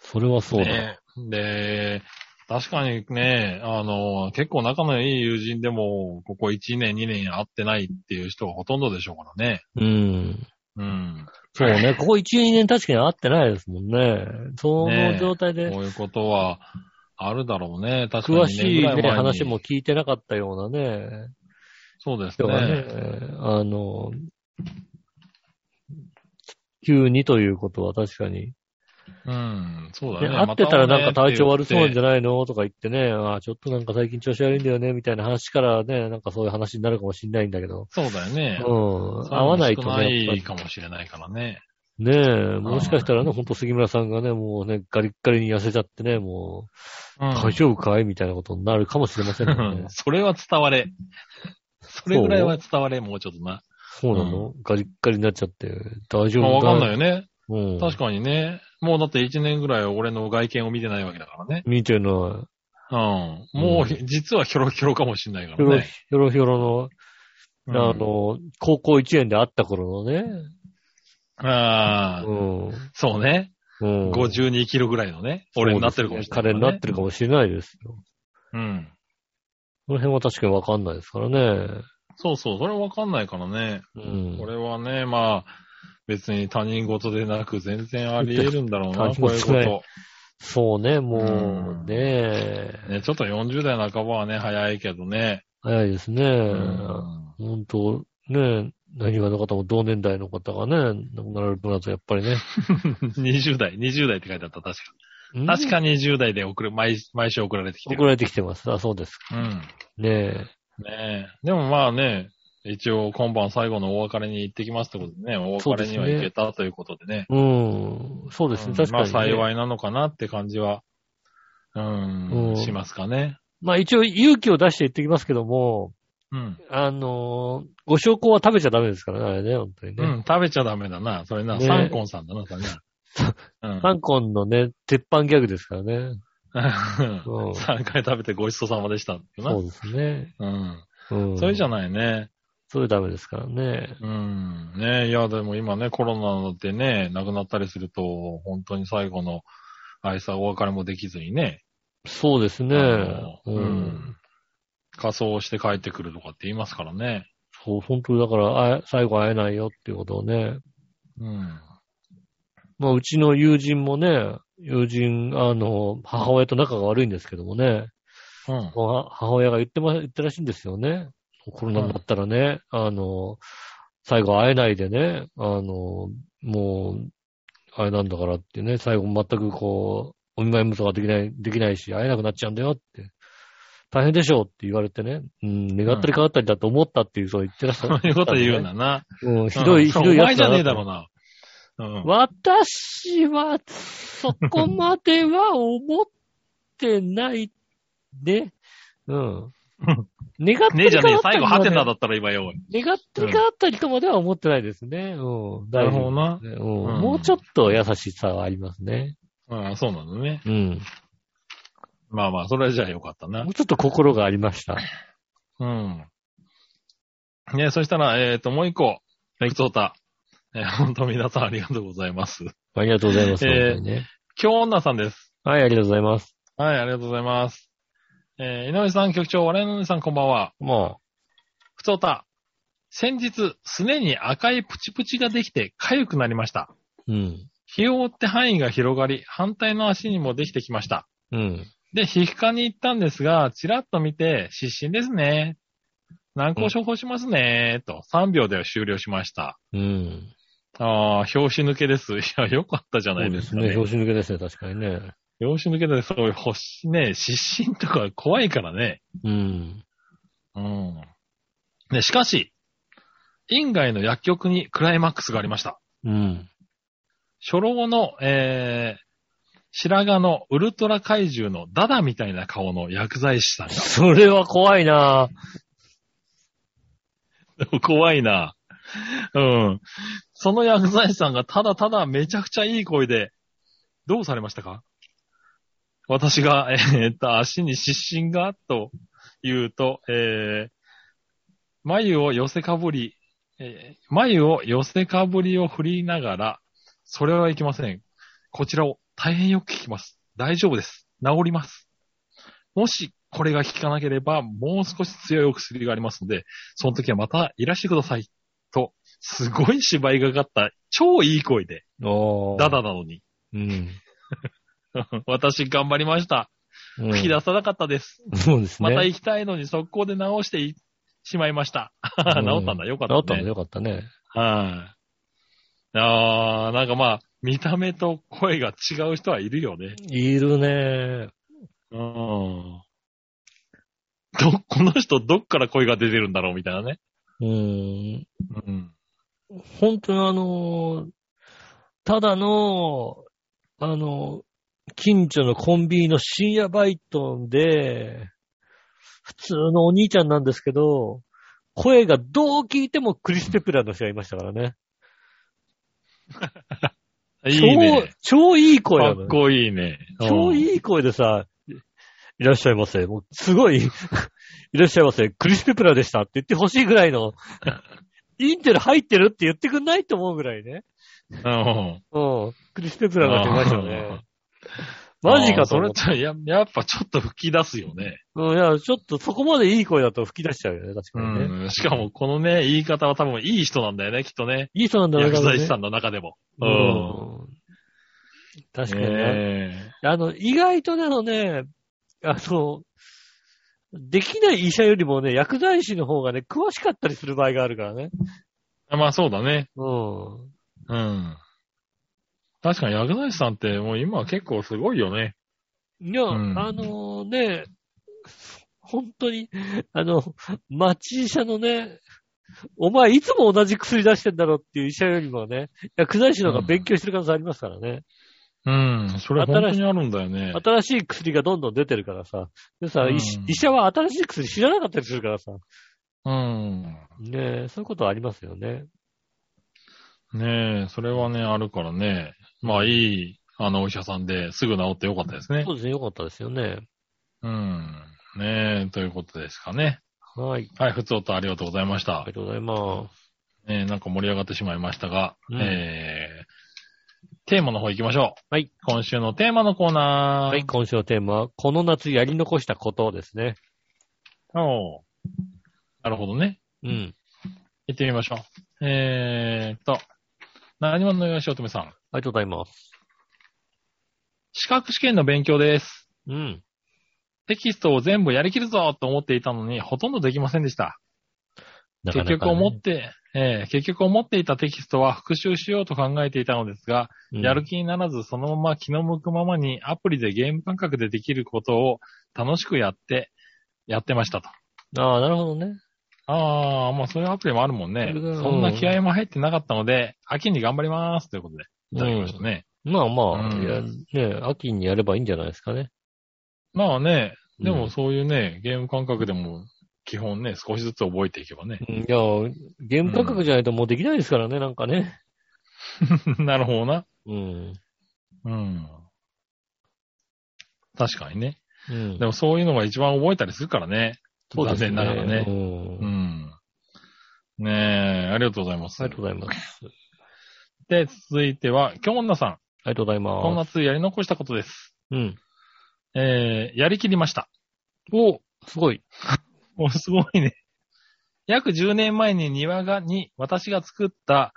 B: それはそうだ。
C: ねで、確かにね、あの、結構仲のいい友人でも、ここ1年、2年会ってないっていう人がほとんどでしょうからね。
B: うん。
C: うん。
B: そうね。ここ1、2年確かに会ってないですもんね。その状態で、
C: こういうことは、あるだろうね。確かに、ね。
B: 詳しい
C: ぐら
B: ね、
C: 前に
B: 話も。聞いてなかったようなね。
C: そうです
B: 人
C: ね。
B: がね、あの、急にということは確かに。
C: うん。そうだ
B: ね
C: ね。
B: 会ってたらなんか体調悪そうなんじ
C: ゃ
B: ゃないのとか言ってね、あーちょっとなんか最近調子悪いんだよね、みたいな話からね、なんかそういう話になるかもしんないんだけど。
C: そうだよね
B: う。ん。合わないと
C: そういうの少
B: ね。
C: ない
B: や
C: か
B: っぱ
C: もしれないからね。
B: ねえ、もしかしたらね、ほんと杉村さんがね、もうね、ガリッガリに痩せちゃってね、も
C: うん。
B: う、大丈夫かいみたいなことになるかもしれませんもんね
C: (laughs) それは伝われ。それぐらいは伝われ、もうちょっとな。
B: そうなの、ガリッガリになっちゃって、大丈
C: まあ
B: 夫
C: わ
B: か
C: かんないよね。
B: うん。
C: 確かにね。もうだって1年ぐらい俺の外見を見てないわけだからね。
B: 見てない。
C: うん。もう、実はヒョロヒョロかもしれないか
B: ひょ
C: ら
B: ろ、
C: ね
B: ひ。ょろひょろ
C: う
B: の、あ
C: ん、
B: の、高校1年で会った頃のね。
C: ああ、
B: うん。
C: そうね。
B: うん。
C: 52キロぐらいのね。俺になってるかもしれない、
B: 彼になってるかもしれないですよ。
C: うん。
B: この辺は確かにわかんないですからね。
C: そうそう。それはわかんないからね。
B: うん。
C: これはね、まあ、別に他人事でなく全然あり得るんだろう
B: (laughs) 他
C: な、
B: 人
C: こういう
B: 事
C: こ
B: じゃない
C: と。
B: そうね、
C: う
B: も
C: ん
B: う、ねえ。
C: ね、ちょっと40代半ばはね、早いけどね。
B: 早いですね。
C: うん
B: 本当ねえ、何がの方も同年代の方がね、亡くなられるとなるとやっぱりね。
C: (laughs) 20代、20代って書いてあった、確か。確
B: に。
C: か20代で送る、毎毎週送られてきて
B: 送
C: る。
B: られてきてます。あ、そうです。
C: うん。
B: ねえ。
C: ねえ。でもまあね、一応今晩最後のお別れに行ってきますってことでね、お別れには行けたということでね。
B: うん。そうです
C: うん
B: ね、確か
C: ま
B: に、
C: あ
B: ね。
C: 幸いなのかなって感じは、うん、
B: うん
C: しますかね。
B: まあ一応勇気を出して言ってきますけども、
C: うん。
B: あのーご証拠は食べちゃダメですからね、あれね、本当にね。
C: うん、食べちゃダメだな。それな、
B: ね
C: サンコンさんだな、それな。
B: 香港のね、鉄板ギャグですからね。
C: う。
B: うんん
C: (laughs) 3回食べてごちそうさまでしたってな。
B: そううですね。
C: ん。
B: うん。
C: それじゃ
B: ん。
C: ないね。
B: それダメですからね。
C: うん。ねいや、でも今ね、コロナでね、亡くなったりすると、本当に最後の愛さ、お別れもできずにね。
B: そうですね。
C: あ
B: う
C: の
B: ん。
C: うん仮装して帰ってくるとかって言いますからね。
B: そう、本当にだから、あえ最後会えないよっていうことをね。 (laughs)
C: うん。
B: まあ、うちの友人もね、友人、あの、母親と仲が悪いんですけどもね、
C: うん。
B: は母親が言ってま、言ったらしいんですよね。コロナになったらね、あの、最後会えないでね、あの、もう、あれなんだからってね、最後全くこお見舞い無双ができない、できないし、会えなくなっちゃうんだよって、大変でしょうって言われてね、うん、願ったり変わったりだと思ったっていう、そう言ってらっしゃ
C: そ
B: る。
C: ういうこと言うなな。
B: うん、 (laughs) ひどい、
C: う
B: ひ
C: ん
B: どい
C: お
B: や
C: 前
B: つ
C: じ
B: だ
C: ゃね
B: なと
C: えだろうな。うん。
B: 私は、そこまでは思ってないね。うん。願ったり
C: ねえじゃ
B: 変わ
C: ねえよ。
B: ったり
C: 最後、
B: ま
C: ハ
B: で
C: テナだったら今よ。
B: 願ったり変わったりとまでは思ってないですね。うん。
C: な
B: 大丈
C: るほど
B: 夫
C: な。
B: ですねうん
C: うん
B: もうちょっと優しさはありますね。
C: うん、そうなのね。
B: うん。
C: まあまあ、それじゃあよかったな
B: もう。ちょっと心がありました。
C: うん。ねそしたら、えっ、と、もう一個。はい。そうた。えー本当皆さんありがとうございます。
B: ありがとうございます。
C: えー
B: 本当にね
C: 京女さんです。
B: はい、ありがとうございます。
C: はい、ありがとうございます。えー井上さん局長、我々のさんこんばんは。
B: も
C: ふつおた。先日、すねに赤いプチプチができて痒くなりました。
B: う。うん。
C: 日を追って範囲が広がり、反対の足にもできてきました。
B: うん。
C: で、皮膚科に行ったんですが、ちらっと見て、湿疹ですね。軟膏処方しますね、と、3秒で終了しました。
B: うん。
C: ああ、表紙抜けです。いや、よかったじゃ
B: そ
C: ないうで
B: ですす
C: か
B: ね。
C: ね。
B: 拍子抜けですね、確かにね。
C: 表紙抜けで、そういう、星ね、湿疹とか怖いからね。
B: うん。
C: うん。ね、しかし、院外の薬局にクライマックスがありました。
B: うん。
C: 初老の、えー、白髪のウルトラ怪獣のダダみたいな顔の薬剤師さん
B: それは怖いなぁ。
C: が。 (laughs) 怖いな。うん。その薬剤師さんがただただめちゃくちゃいい声で、どうされましたか私が、えーっと、足に湿疹が、と言うと、えー、眉を寄せかぶり、えー眉を寄せかぶりを振りながら、それはいけません。こちらを大変よく聞きます。大丈夫です。治ります。もし、これが効かなければ、もう少し強いお薬がありますので、その時はまたいらしてください。と、すごい芝居がかった、超いい声で、
B: おー
C: ダダなのに。 (laughs)
B: うん。
C: 私頑張りました。
B: うん
C: 吹き出さなかったです。
B: そうですね。
C: また行きたいのに速攻で直していしまいました。 (laughs)
B: うん
C: 治ったんだ。よかった、
B: 治
C: ね。
B: ったんだ、よかったね。
C: はい。あー、なんかまあ、見た目と声が違う人はいるよね。
B: いるね。
C: うん。ど、この人どっから声が出てるんだろうみたいなね。
B: うん。
C: うん。
B: 本当にあのーただの、あの近所のコンビニの深夜バイトで、普通のお兄ちゃんなんですけど、声がどう聞いてもクリス・ペプラーの人がいましたからね。
C: いいね。
B: 超、超いい声
C: か
B: なの
C: っ
B: よ
C: こいいね。
B: 超
C: い。
B: いい声でさ、いらっしゃいませ。もうすごい、い (laughs) らっしゃいませ。クリス・ペプラーでしたって言ってほしいぐらいの、インテル入ってるって言ってくんないと思うぐらいね。
C: うん。
B: うん。クリス・ペプラーが出ましたね。
C: あー
B: マジかと
C: そ
B: 思
C: れ
B: っ
C: ちょや、やっぱちょっと吹き出すよね。
B: うん、いや、ちょっとそこまでいい声だと吹き出しちゃうよね、確かにね。
C: うん。しかもこのね、言い方は多分いい人なんだよね、きっとね。
B: いい人なんだろう
C: 薬
B: ね
C: 剤師さんの中でも。
B: 多
C: うん。
B: 分ねうん。確かにね。
C: ね
B: あの、意外とね、あのね、あの、できない医者よりもね、薬剤師の方がね、詳しかったりする場合があるからね。
C: えまあそうだね。
B: うん。
C: うん。確かに薬剤師さんってもう今は結構すごいよね。
B: いや、
C: うん
B: あのね、本当に、あの、町医者のね、お前いつも同じ薬出してんだろっていう医者よりもね、薬剤師の方が勉強してる可能性ありますからね。
C: うん。それ本当にあるんだよね。
B: 新しい薬がどんどん出てるからさ。でさ、医師
C: うん
B: 医者は新しい薬知らなかったりするからさ。
C: うん。
B: ねえそういうことありますよね。
C: ねえ、それはね、あるからね。まあいい、あの、お医者さんですぐ治ってよかったですね
B: そ。うですね、よかったですよね。
C: うん。ねえ、ということですかね。
B: はい。
C: はい、ふつおとありがとうございました
B: あり。がとうございま
C: えーなんか盛り上がってしまいましたが、
B: うん
C: えー、テーマの方行きましょう。
B: はい。
C: 今週のテーマのコー
B: す。
C: ナー。
B: はい、。今週のテーマは、この夏やり残したことですね。
C: おうなるほどね。
B: うん。
C: 行ってみましょう。えーっと、何者のよしおとめさん。
B: ありがとうございます。
C: 資格試験の勉強です。
B: うん。
C: テキストを全部やりきるぞと思っていたのに、ほとんどできませんでした。
B: なかなかね
C: 結局思って、えー結局思っていたテキストは復習しようと考えていたのですが、やる気にならずそのまま気の向くままにアプリでゲーム感覚でできることを楽しくやって、やってましたと。
B: ああ、なるほどね。
C: ああ、まあそういうアプリもあるもんね。
B: それだ
C: そんな気合も入ってなかったので、秋に頑張りますということで、いただきましたね。
B: まあまあ、
C: うん
B: いや、ね、秋にやればいいんじゃないですかね。
C: まあね、で
B: うん
C: もそういうね、ゲーム感覚でも基本ね、少しずつ覚えていけばね。 (laughs)
B: いや、ゲーム感覚じゃないともうできないですからね、なんかね。
C: なるほどな。
B: うん。
C: うん。確かにね。
B: うん
C: でもそういうのが一番覚えたりするからね。
B: そうですね。
C: 残念ながらね
B: うん
C: うん。ねえ、ありがとうございます。
B: ありがとうございます。
C: で、続いては、京女さん。
B: ありがとうござい
C: この
B: ます。
C: 夏やり残したことです。
B: うん。
C: えー、やりきりました。 (laughs)
B: おすごい。
C: お、すごいね。約10年前に庭が、に私が作った、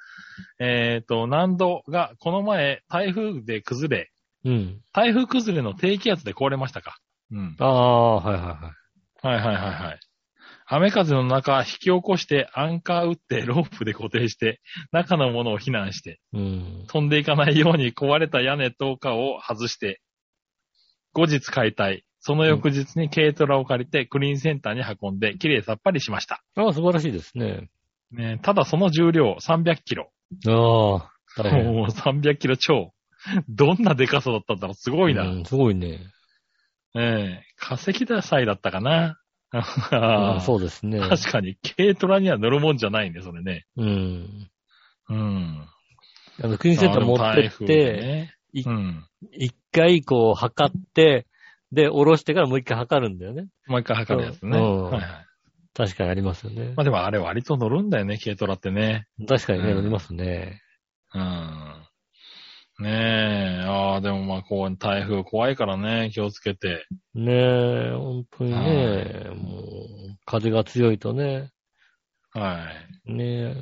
C: えっ、と、難度がこの前台風で崩れ、
B: うん。
C: 台風崩れの低気圧で壊れましたか。うん。
B: ああ、はいはいはい。
C: はいはいはいはい。雨風の中、引き起こして、アンカー打って、ロープで固定して、中のものを避難して、
B: うん。
C: 飛んでいかないように壊れた屋根とかを外して、後日解体。その翌日に軽トラを借りて、クリーンセンターに運んで、綺麗さっぱりしました。
B: ああ、素晴らしいですね。
C: ねただその重量300キロ。
B: ああ、大変。
C: もう300キロ超。どんなデカさだったんだろうすごいな。
B: うんすごいね。
C: ええ化石だ祭だったかな。
B: (laughs) ああ、
C: う、
B: そうですね。
C: 確かに、軽トラには乗るもんじゃないね、それね。
B: うん。
C: うん。
B: あの、クリーンセンター持って
C: あでも台風
B: っ
C: で
B: て、
C: ね、うん。
B: 一回こう測って、で、下ろしてからもう一回測るんだよね。
C: もう一回測るやつね。
B: うん
C: はいはい。
B: 確かにありますよね
C: ま。あでもあれ割と乗るんだよね、軽トラってね。
B: 確かにね、
C: うん
B: ありますね。
C: うん。ねえ、ああ、でもまあこう、台風怖いからね、気をつけて。
B: ねえ、本当にね
C: は、
B: もう、風が強いとね、
C: はい。
B: ね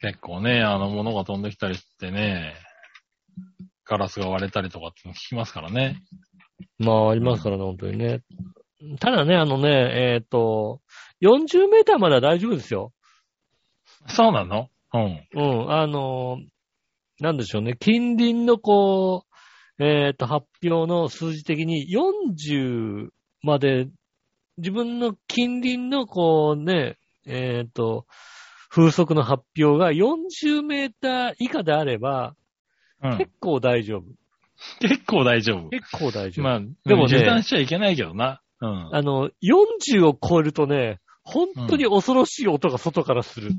C: 結構ね、あの、物が飛んできたりしてね、ガラスが割れたりとかって聞きますからね。
B: まあ、ありますからね、本当にね。ただね、あのね、えっ、と、40メーターまでは大丈夫ですよ。
C: そうなのうん。
B: うん、あのーなんでしょうね、近隣のこう、えっ、と、発表の数字的に40まで、自分の近隣のこうね、えっ、と、風速の発表が40メーター以下であれば、
C: うん
B: 結、構大丈夫。
C: 結構大丈夫。
B: 結構大丈夫。
C: まあ、
B: で
C: で
B: も
C: も
B: ね
C: 油断しちゃいけないけどな。うん。
B: あの、40を超えるとね、本当に恐ろしい音が外からする。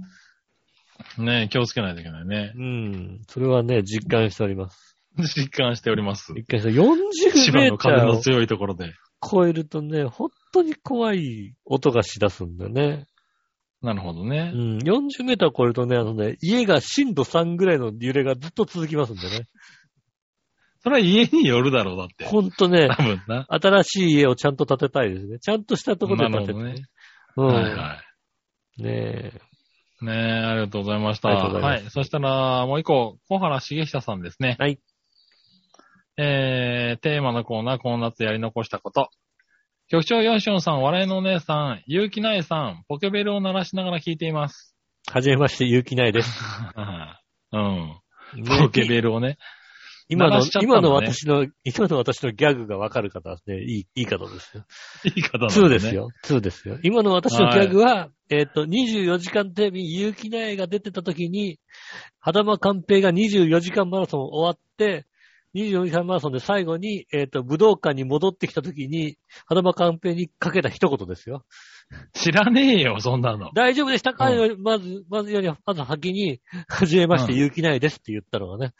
C: ね気をつけないといけないね
B: う。ん、それはね、実感しております。
C: 実感しております。
B: 実感して、40
C: 千
B: メ
C: 葉
B: ー
C: の
B: タ
C: 風
B: ー
C: の
B: を
C: 強いところで。
B: 超えるとね、本当に怖い音がしだすんだね。
C: なるほど
B: う
C: ね。
B: ん。40メーター超えるとね、あのね、家が震度3ぐらいの揺れがずっと続きますんで
C: (laughs)
B: ね。
C: それは家によるだろう、だって。
B: ほんとね、
C: 多分な。
B: 新しい家をちゃんと建てたいですね。ちゃんとしたところ
C: な
B: で
C: る
B: 建
C: ほ
B: てた
C: ど
B: い。
C: ね。
B: うん。
C: はいはい。
B: ねえ。
C: ねえ、ありがとうございました。
B: ありがとうございま
C: はい。そしたら、もう一個、小原茂久さんですね。
B: はい。
C: えー、テーマのコーナー、この夏やり残したこと。局長ヨンションさん、笑いのお姉さん、結城苗さん、ポケベルを鳴らしながら聞いています。 (laughs)
B: はじめまして、結城内です。
C: うん。ポケベル
B: (laughs)
C: をね。
B: 今
C: 鳴
B: の、
C: らしちゃったんだ
B: 今
C: ね
B: の私の、今の私のギャグがわかる方はね、いい、いい方ですよ。
C: 言い方だ、ね。
B: 2です。よ。2ですよ。今の私のギャグは、えっ、と、24時間テレビ、結城苗が出てた時に、肌間寛平が24時間マラソン終わって、24時間マラソンで最後に、えっ、と、武道館に戻ってきた時に、肌間寛平にかけた一言ですよ。
C: 知らねえよ、そんなの。
B: 大丈夫でしたか、
C: う
B: まず、まずより、まず先に、はじめまして、
C: うん
B: 結城苗ですって言ったのがね、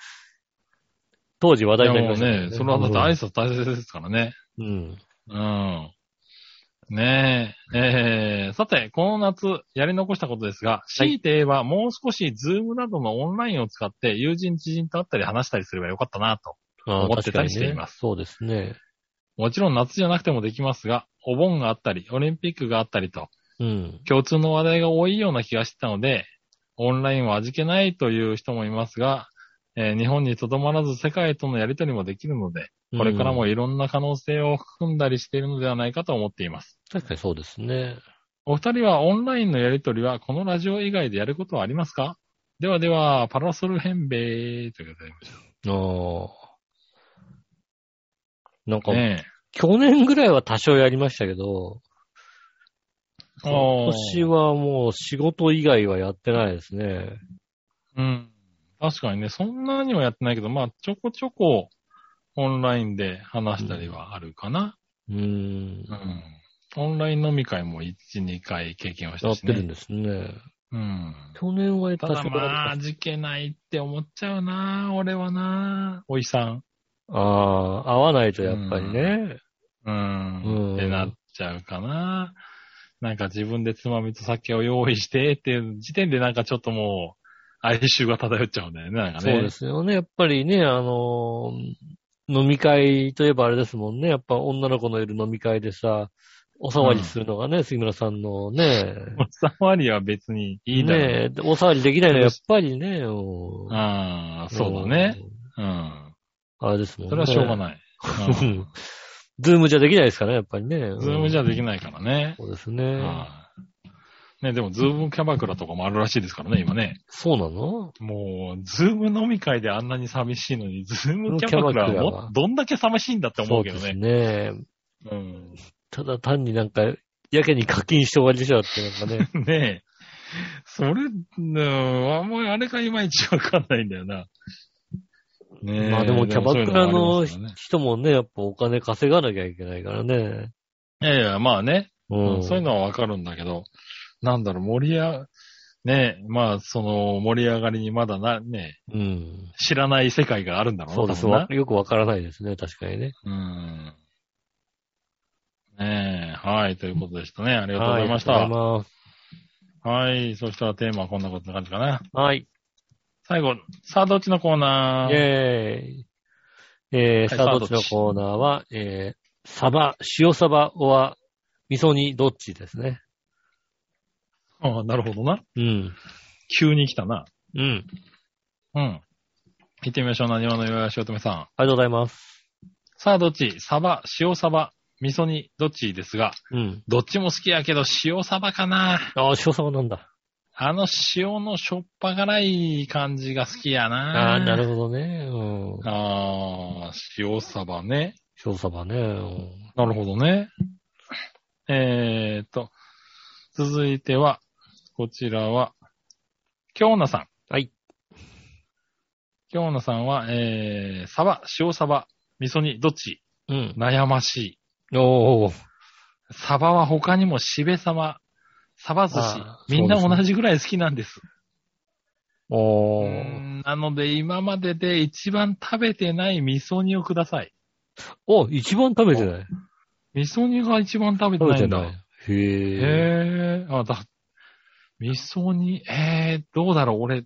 B: 当時話
C: い
B: 題にな
C: や
B: り
C: も
B: ま
C: う
B: した
C: ね、それはだって挨拶大切ですからね。
B: うん。
C: うん。ねえ。えー、さて、この夏、やり残したことですが、
B: い
C: 強いて言えば、もう少し、ズームなどのオンラインを使って、友人、知人と会ったり話したりすればよかったなと。
B: あー
C: 思ってたりして
B: 確
C: い
B: かにね
C: ます
B: そうですね。
C: もちろん夏じゃなくてもできますが、お盆があったり、オリンピックがあったりと、
B: うん。
C: 共通の話題が多いような気がしてたので、オンラインは味気ないという人もいますが、えー日本にとどまらず世界とのやりとりもできるので、これからもいろんな可能性を含んだりしているのではないかと思っています。
B: 確かにそうですね。
C: お二人はオンラインのやりとりはこのラジオ以外でやることはありますかではでは、パラソルヘンベイということで
B: ああ。なんか、
C: ね
B: 去年ぐらいは多少やりましたけど、
C: え。
B: 今年
C: は。
B: はもう仕事以外はやってないですね。
C: うん。確かにね、そんなにはやってないけど、まあ、ちょこちょこ、オンラインで話したりはあるかな。
B: うーん
C: う。ん。オンライン飲み会も1、2回経験をし
B: や
C: た
B: っ
C: してね。
B: るんですね。
C: うん。
B: 去年はやった
C: ただまあ、味気ないって思っちゃうな、俺はな、おいさん。
B: ああ、合わないとやっぱりね。
C: うん。
B: うん
C: ってなっちゃうかな。なんか自分でつまみと酒を用意してっていう時点でなんかちょっともう、哀愁が漂っちゃうんだよね、なんかね。
B: そうですよね。やっぱりね、あのー、飲み会といえばあれですもんね。やっぱ女の子のいる飲み会でさ、お騒ぎするのがね、杉村さんのね、
C: おさわりは別にいいだろう。
B: ねえお騒ぎできないのはやっぱりね、うん
C: ああ、そうだね。。うん。
B: あれですもんね。
C: それはしょうが
B: い。
C: ない。
B: うん (laughs) ズームじゃできないですからね、やっぱりね。
C: ズームじゃ
B: で
C: できないからね。
B: そうですね。
C: はいね、でもズームキャバクラとかもあるらしいですからね、今ね。
B: そうなの
C: もう、ズーム飲み会であんなに寂しいのに、ズームキャバクラは
B: キャバクラ
C: も
B: は
C: どんだけ寂しいんだって思うけど
B: そう
C: ね。
B: ですね。
C: うん
B: ただ単になんか、やけに課金して終わりでしょだって、なんかね。
C: (laughs) ねえ。それ、うん、あんまりあれがいまいちわかんないんだよな。ねえ
B: まあでもキャバクラ
C: そう
B: の
C: いうもありますからね
B: 人もね、やっぱお金稼がなきゃいけないからね。
C: いやいや、まあね。
B: うん。
C: そういうのはわかるんだけど、なんだろう、盛り上、ねえ、まあ、その、盛り上がりにまだな、ね
B: う
C: え、
B: ん。
C: 知らない世界があるんだろう
B: そうです。
C: 多
B: わ
C: 分
B: よくわからないですね、確かにね。
C: なうん。ねえ、はい、ということでしたね。ありがとうございました。
B: はあ
C: は
B: り
C: い
B: が、とうございます
C: そしたらテーマはこんなことな感じかな。
B: はい。
C: 最後、さあ、どっちのコーナー
B: イェーイ。えー、さあ、どっちのコーナーは、えー、サバ、塩サバは、味噌煮どっちですね。
C: ああなるほどな。
B: うん。
C: 急に来たな。
B: うん。
C: うん。行ってみましょう。何話の岩橋乙女さん。
B: ありがとうございます。
C: さあ、どっちサバ、塩サバ、味噌煮、どっちですが、
B: うん。
C: どっちも好きやけど、塩サバかな。
B: ああ、塩サバなんだ。
C: あの塩のしょっぱ辛い感じが好きや
B: あ
C: な。
B: あー、なるほどね。うん。
C: ああ、塩サバね。
B: 塩サバね。うん
C: なるほどね。えーっと、続いては、こちらは、京奈さん。
B: はい。
C: 京奈さんは、えー、サバ、塩サバ、味噌煮、どっち
B: うん。
C: 悩ましい。
B: おー。
C: サバは他にもしべサバ、サバ寿司
B: あ、ー
C: みんな
B: そうですね
C: 同じぐらい好きなんです。
B: お
C: うー
B: ー。
C: んなので、今までで一番食べてない味噌煮をください。
B: お、一番食べてない。
C: 味噌煮が一番食べて
B: 食べ
C: な
B: て
C: いんだ。
B: ない。へえ。
C: へえ、あ、だ、味噌煮、えー、どうだろう、俺、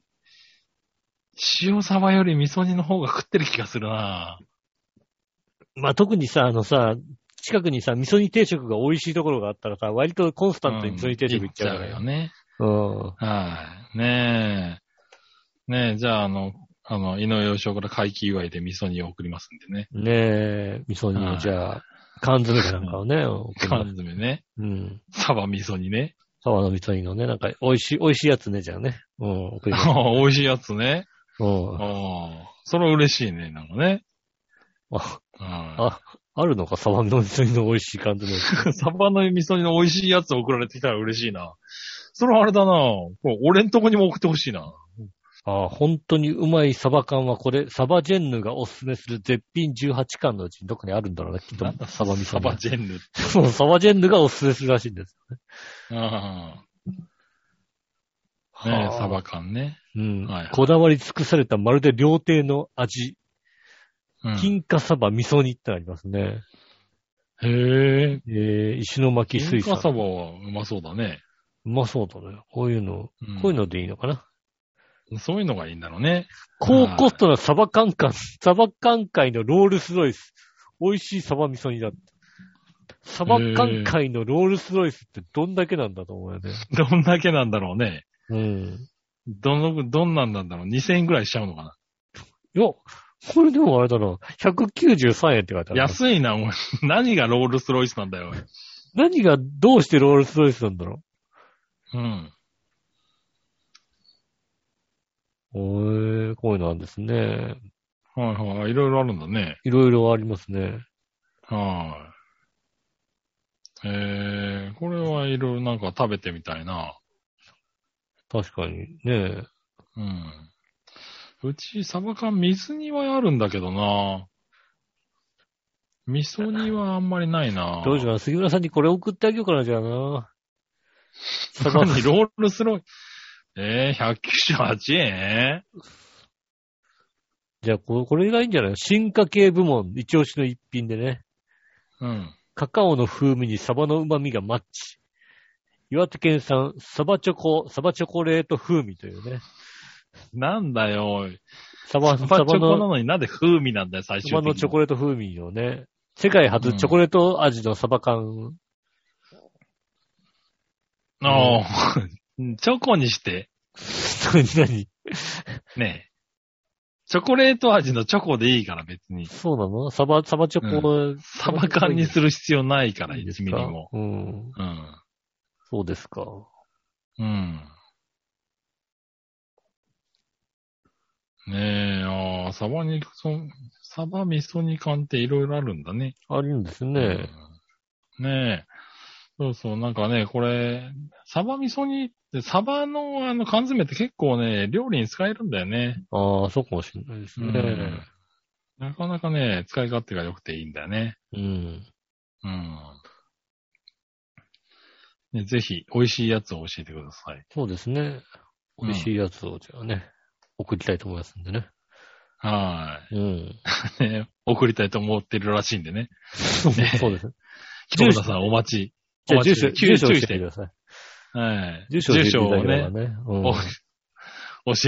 C: 塩サバより味噌煮の方が食ってる気がするな
B: まあ、特にさ、あのさ、近くにさ、味噌煮定食が美味しいところがあったらさ、割とコンスタントに味噌煮定食行っちゃう
C: うん
B: か
C: 行
B: ら
C: よね。
B: うん。
C: はい。ねえ。ねえ、じゃあ、あの、あの、井上洋翔から回帰祝いで味噌煮を送りますんでね。
B: ねえ、味噌煮
C: は
B: を
C: い
B: じゃあ、缶詰かなんかをね、送り
C: 缶
B: ます
C: 詰ね。
B: うん。
C: サバ味噌煮ね。
B: 沢の味噌煮のね、なんか、美味しい、美味しいやつね、じゃあね。うん、送り
C: (laughs)
B: ます。
C: 美味しいやつね。
B: うん
C: あ。あ、それは嬉しいね、なんかね。
B: あ、
C: うん
B: あ、あるのか、沢の味噌煮の美味しい缶詰。
C: サバの味噌煮の美味しいやつ送られてきたら嬉しいな。それはあれだな。こう俺んとこにも送ってほしいな。
B: ああ、本当にうまいサバ缶はこれ、サバジェンヌがおすすめする絶品18缶のうちにどこにあるんだろうね、きっと
C: なんだ。
B: サバ味噌
C: サ
B: 煮
C: バジェンヌ。
B: そう、サバジェンヌがおすすめするらしいんです。
C: ああ。ねえサバ。缶ね。
B: うん、
C: はいはい
B: こだわり尽くされたまるで料亭の味。
C: うん
B: 金華サバ味噌煮ってありますね。
C: へえ。
B: えー、石巻
C: 金
B: 水
C: 華
B: 産。
C: サバはうまそうだね。
B: うまそうだね。こういうの、
C: うん
B: こういうのでいいのかな。
C: そういうのがいいんだろうね。
B: 高コストなサバ缶缶、サバ缶界のロールスロイス。美味しいサバ味噌煮だって。サバ缶界のロールスロイスってどんだけなんだと思うよね。
C: どんだけなんだろうね。
B: うん。
C: どの、どんなんなんだろう。2000円ぐらいしちゃうのか
B: いや、これでもあれだな。193円って書いてあ
C: な。
B: る。
C: 安いな、お前何がロールスロイスなんだよ。
B: 何がどうしてロールスロイスなんだろ
C: うん。
B: おえー、こういうのあるんですね。
C: はいはい。いろいろあるんだね。
B: いろいろありますね。
C: はい。えー、これはいろいろなんか食べてみたいな。
B: 確かにね。
C: うん。うち、サバ缶水煮はあるんだけどな。味噌煮はあんまりないな。
B: どうしようかな杉村さんにこれ送ってあげようかな、じゃあな。サバ
C: (laughs) 何ロールスロイ。えー、198円
B: じゃあこ、これがいいんじゃない進化系部門、一押しの一品でね。
C: うん。
B: カカオの風味にサバの旨味がマッチ。岩手県産、サバチョコ、サバチョコレート風味というね。
C: なんだよ、おい
B: サバ、サ
C: サ
B: バ
C: バチョコな
B: の、
C: のになんで風味なんだよ、最終
B: サ
C: 的
B: バ
C: に。
B: のチョコレート風味をね。世界初チョコレート味のサバ缶。 (laughs)
C: ああ、 (laughs) チョコにして、
B: 何
C: ねえ。チョコレート味のチョコでいいから別に。
B: そうなのサバ、サバチョコ、
C: サバ缶にする必要ないから、
B: いいで
C: 1
B: す
C: ミリ
B: か
C: も。
B: うん。
C: うん。
B: そうですか。
C: うん。ねえ、ああ、サバに、そサバ味噌煮缶っていろいろあるんだね。
B: あるんですね。
C: うんねえ。そうそう、なんかね、これ、サバ味噌煮って、サバのあの缶詰って結構ね、料理に使えるんだよね。
B: ああ、そうかもしれないですね。
C: なかなかね、使い勝手が良くていいんだよね。
B: うん。
C: うん。ね、ぜひ、美味しいやつを教えてください。
B: そうですね。
C: うん
B: 美味しいやつを、じゃあね、送りたいと思いますんでね。
C: は
B: うん。
C: い、ね。送りたいと思ってるらしいんでね。
B: (laughs) そう (laughs) ですね。
C: 京田さん、お待ち。
B: じゃあ、住所、
C: お待ち注
B: 住
C: 意
B: 所
C: 注
B: 教
C: 意
B: え
C: して
B: く
C: て。
B: ださい。
C: はい。
B: 住所教えていた
C: を
B: だければ
C: ね、
B: ね。
C: お教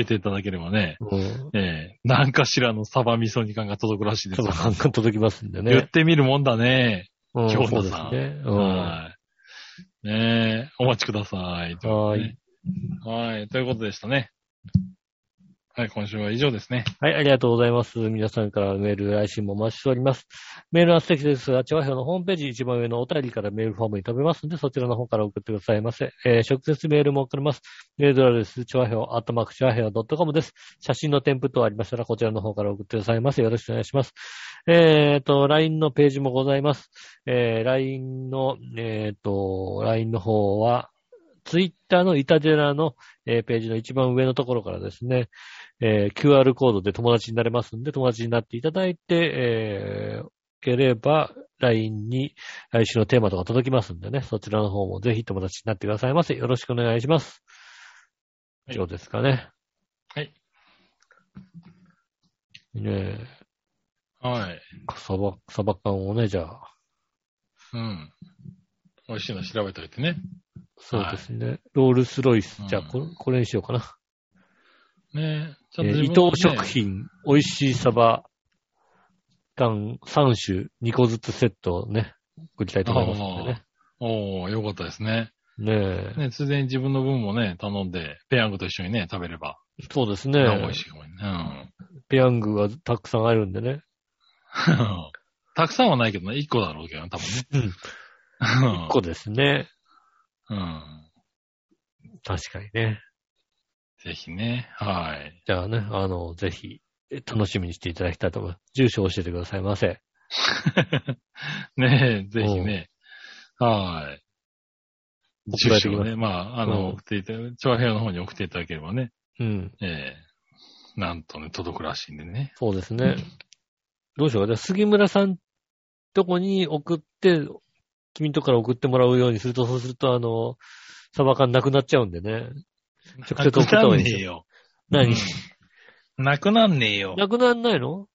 C: えていただければね。
B: うん。うん。
C: ええ何かしらのサバ味噌煮缶が届くらしいです
B: そ
C: よ
B: の感覚届きますんで
C: 言っ
B: ね。
C: てみるもんだね。
B: うん
C: 京
B: そう
C: 都
B: で
C: さん
B: すね。うん。
C: はい。ねえ、お待ちください。
B: はーい。
C: はい。ということでしたね。はい、今週は以上ですね。
B: はい、ありがとうございます。皆さんからメール、来信もお待ちしております。メールは素敵ですが、調和表のホームページ一番上のお便りからメールフォームに飛べますので、そちらの方から送ってくださいませ。えー直接メールも送れます。メールアドレス、調和表、アットマーク調和表 .com です。写真の添付等ありましたら、こちらの方から送ってくださいませ。よろしくお願いします。えっ、と、LINE のページもございます。えー LINE の、えっ、と、LINE の方は、Twitter のイタジェラの、えーページの一番上のところからですね、えー QR コードで友達になれますんで、友達になっていただいて、えー、ければ、LINE に来週のテーマとか届きますんでね、そちらの方もぜひ友達になってくださいませ。よろしくお願いします。
C: は
B: 以
C: い
B: 上ですかね。
C: はい。
B: ねえ、
C: はい。
B: サバ、サバ缶をね、じゃあ。
C: うん。美味しいの調べといてね。
B: そうですね。ロールスロイス
C: う。ん
B: じゃあこれ、これにしようかな。
C: ねえ。ち
B: え
C: んと
B: ー伊
C: 自分
B: 藤
C: でね
B: 食。品、美味しいサバ缶3種、2個ずつセットをね、送りたいと思いますんでね。
C: おー、よかったですね。
B: ねえ。
C: ね、すでに自分の分もね、頼んで、ペヤングと一緒にね、食べれば、
B: そうです
C: 美
B: ね。
C: 味しいかもね。うん。
B: ペヤングはたくさんあるんでね。
C: たくさん (laughs) はないけどね、1個だろうけどね、多分ね。
B: うん。
C: 1
B: こうですね。
C: うん。
B: 確かにね。
C: ぜひね。はい。
B: じゃあね、あの、ぜひ、え楽しみにしていただきたいと思います。住所を教えてくださいませ。
C: ねえ、ぜひね。はい。
B: 送られて
C: 住所
B: き
C: を
B: ます
C: ね、まあ、あの、
B: うん
C: 送っていただいて、長平の方に送っていただければね、
B: うん。
C: ええなんとね、届くらしいんでね。
B: そうですね。どうしようか。じゃあ杉村さんとこに送って、君とこから送ってもらうようにすると、そうすると、あの、サバ缶なくなっちゃうんでね。直接送った方がいい
C: なくなん
B: です
C: ねえよ。
B: 何、
C: うんなくなんねえよ。
B: なくなんないの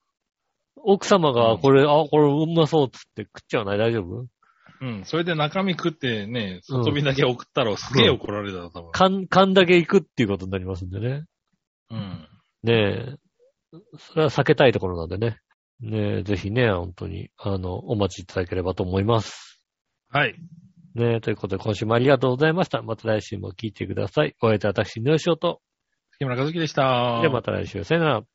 B: 奥様が、これ、あ、これうまそうっつって食っちゃわない大丈夫
C: うん。それで中身食ってね、
B: うん
C: 外身だけ送ったらすげえ怒られたら多分。
B: 缶、缶だけ行くっていうことになりますんでね。
C: うん。
B: ねえ、それは避けたいところなんでね。ねえ、ぜひね、本当に、あの、お待ちいただければと思います。
C: はい。
B: ねえ、ということで今週もありがとうございました。また来週も聞いてください。お会いいたい私、ヌーショと。
C: 月村和樹でした。
B: ではまた来週、さよなら。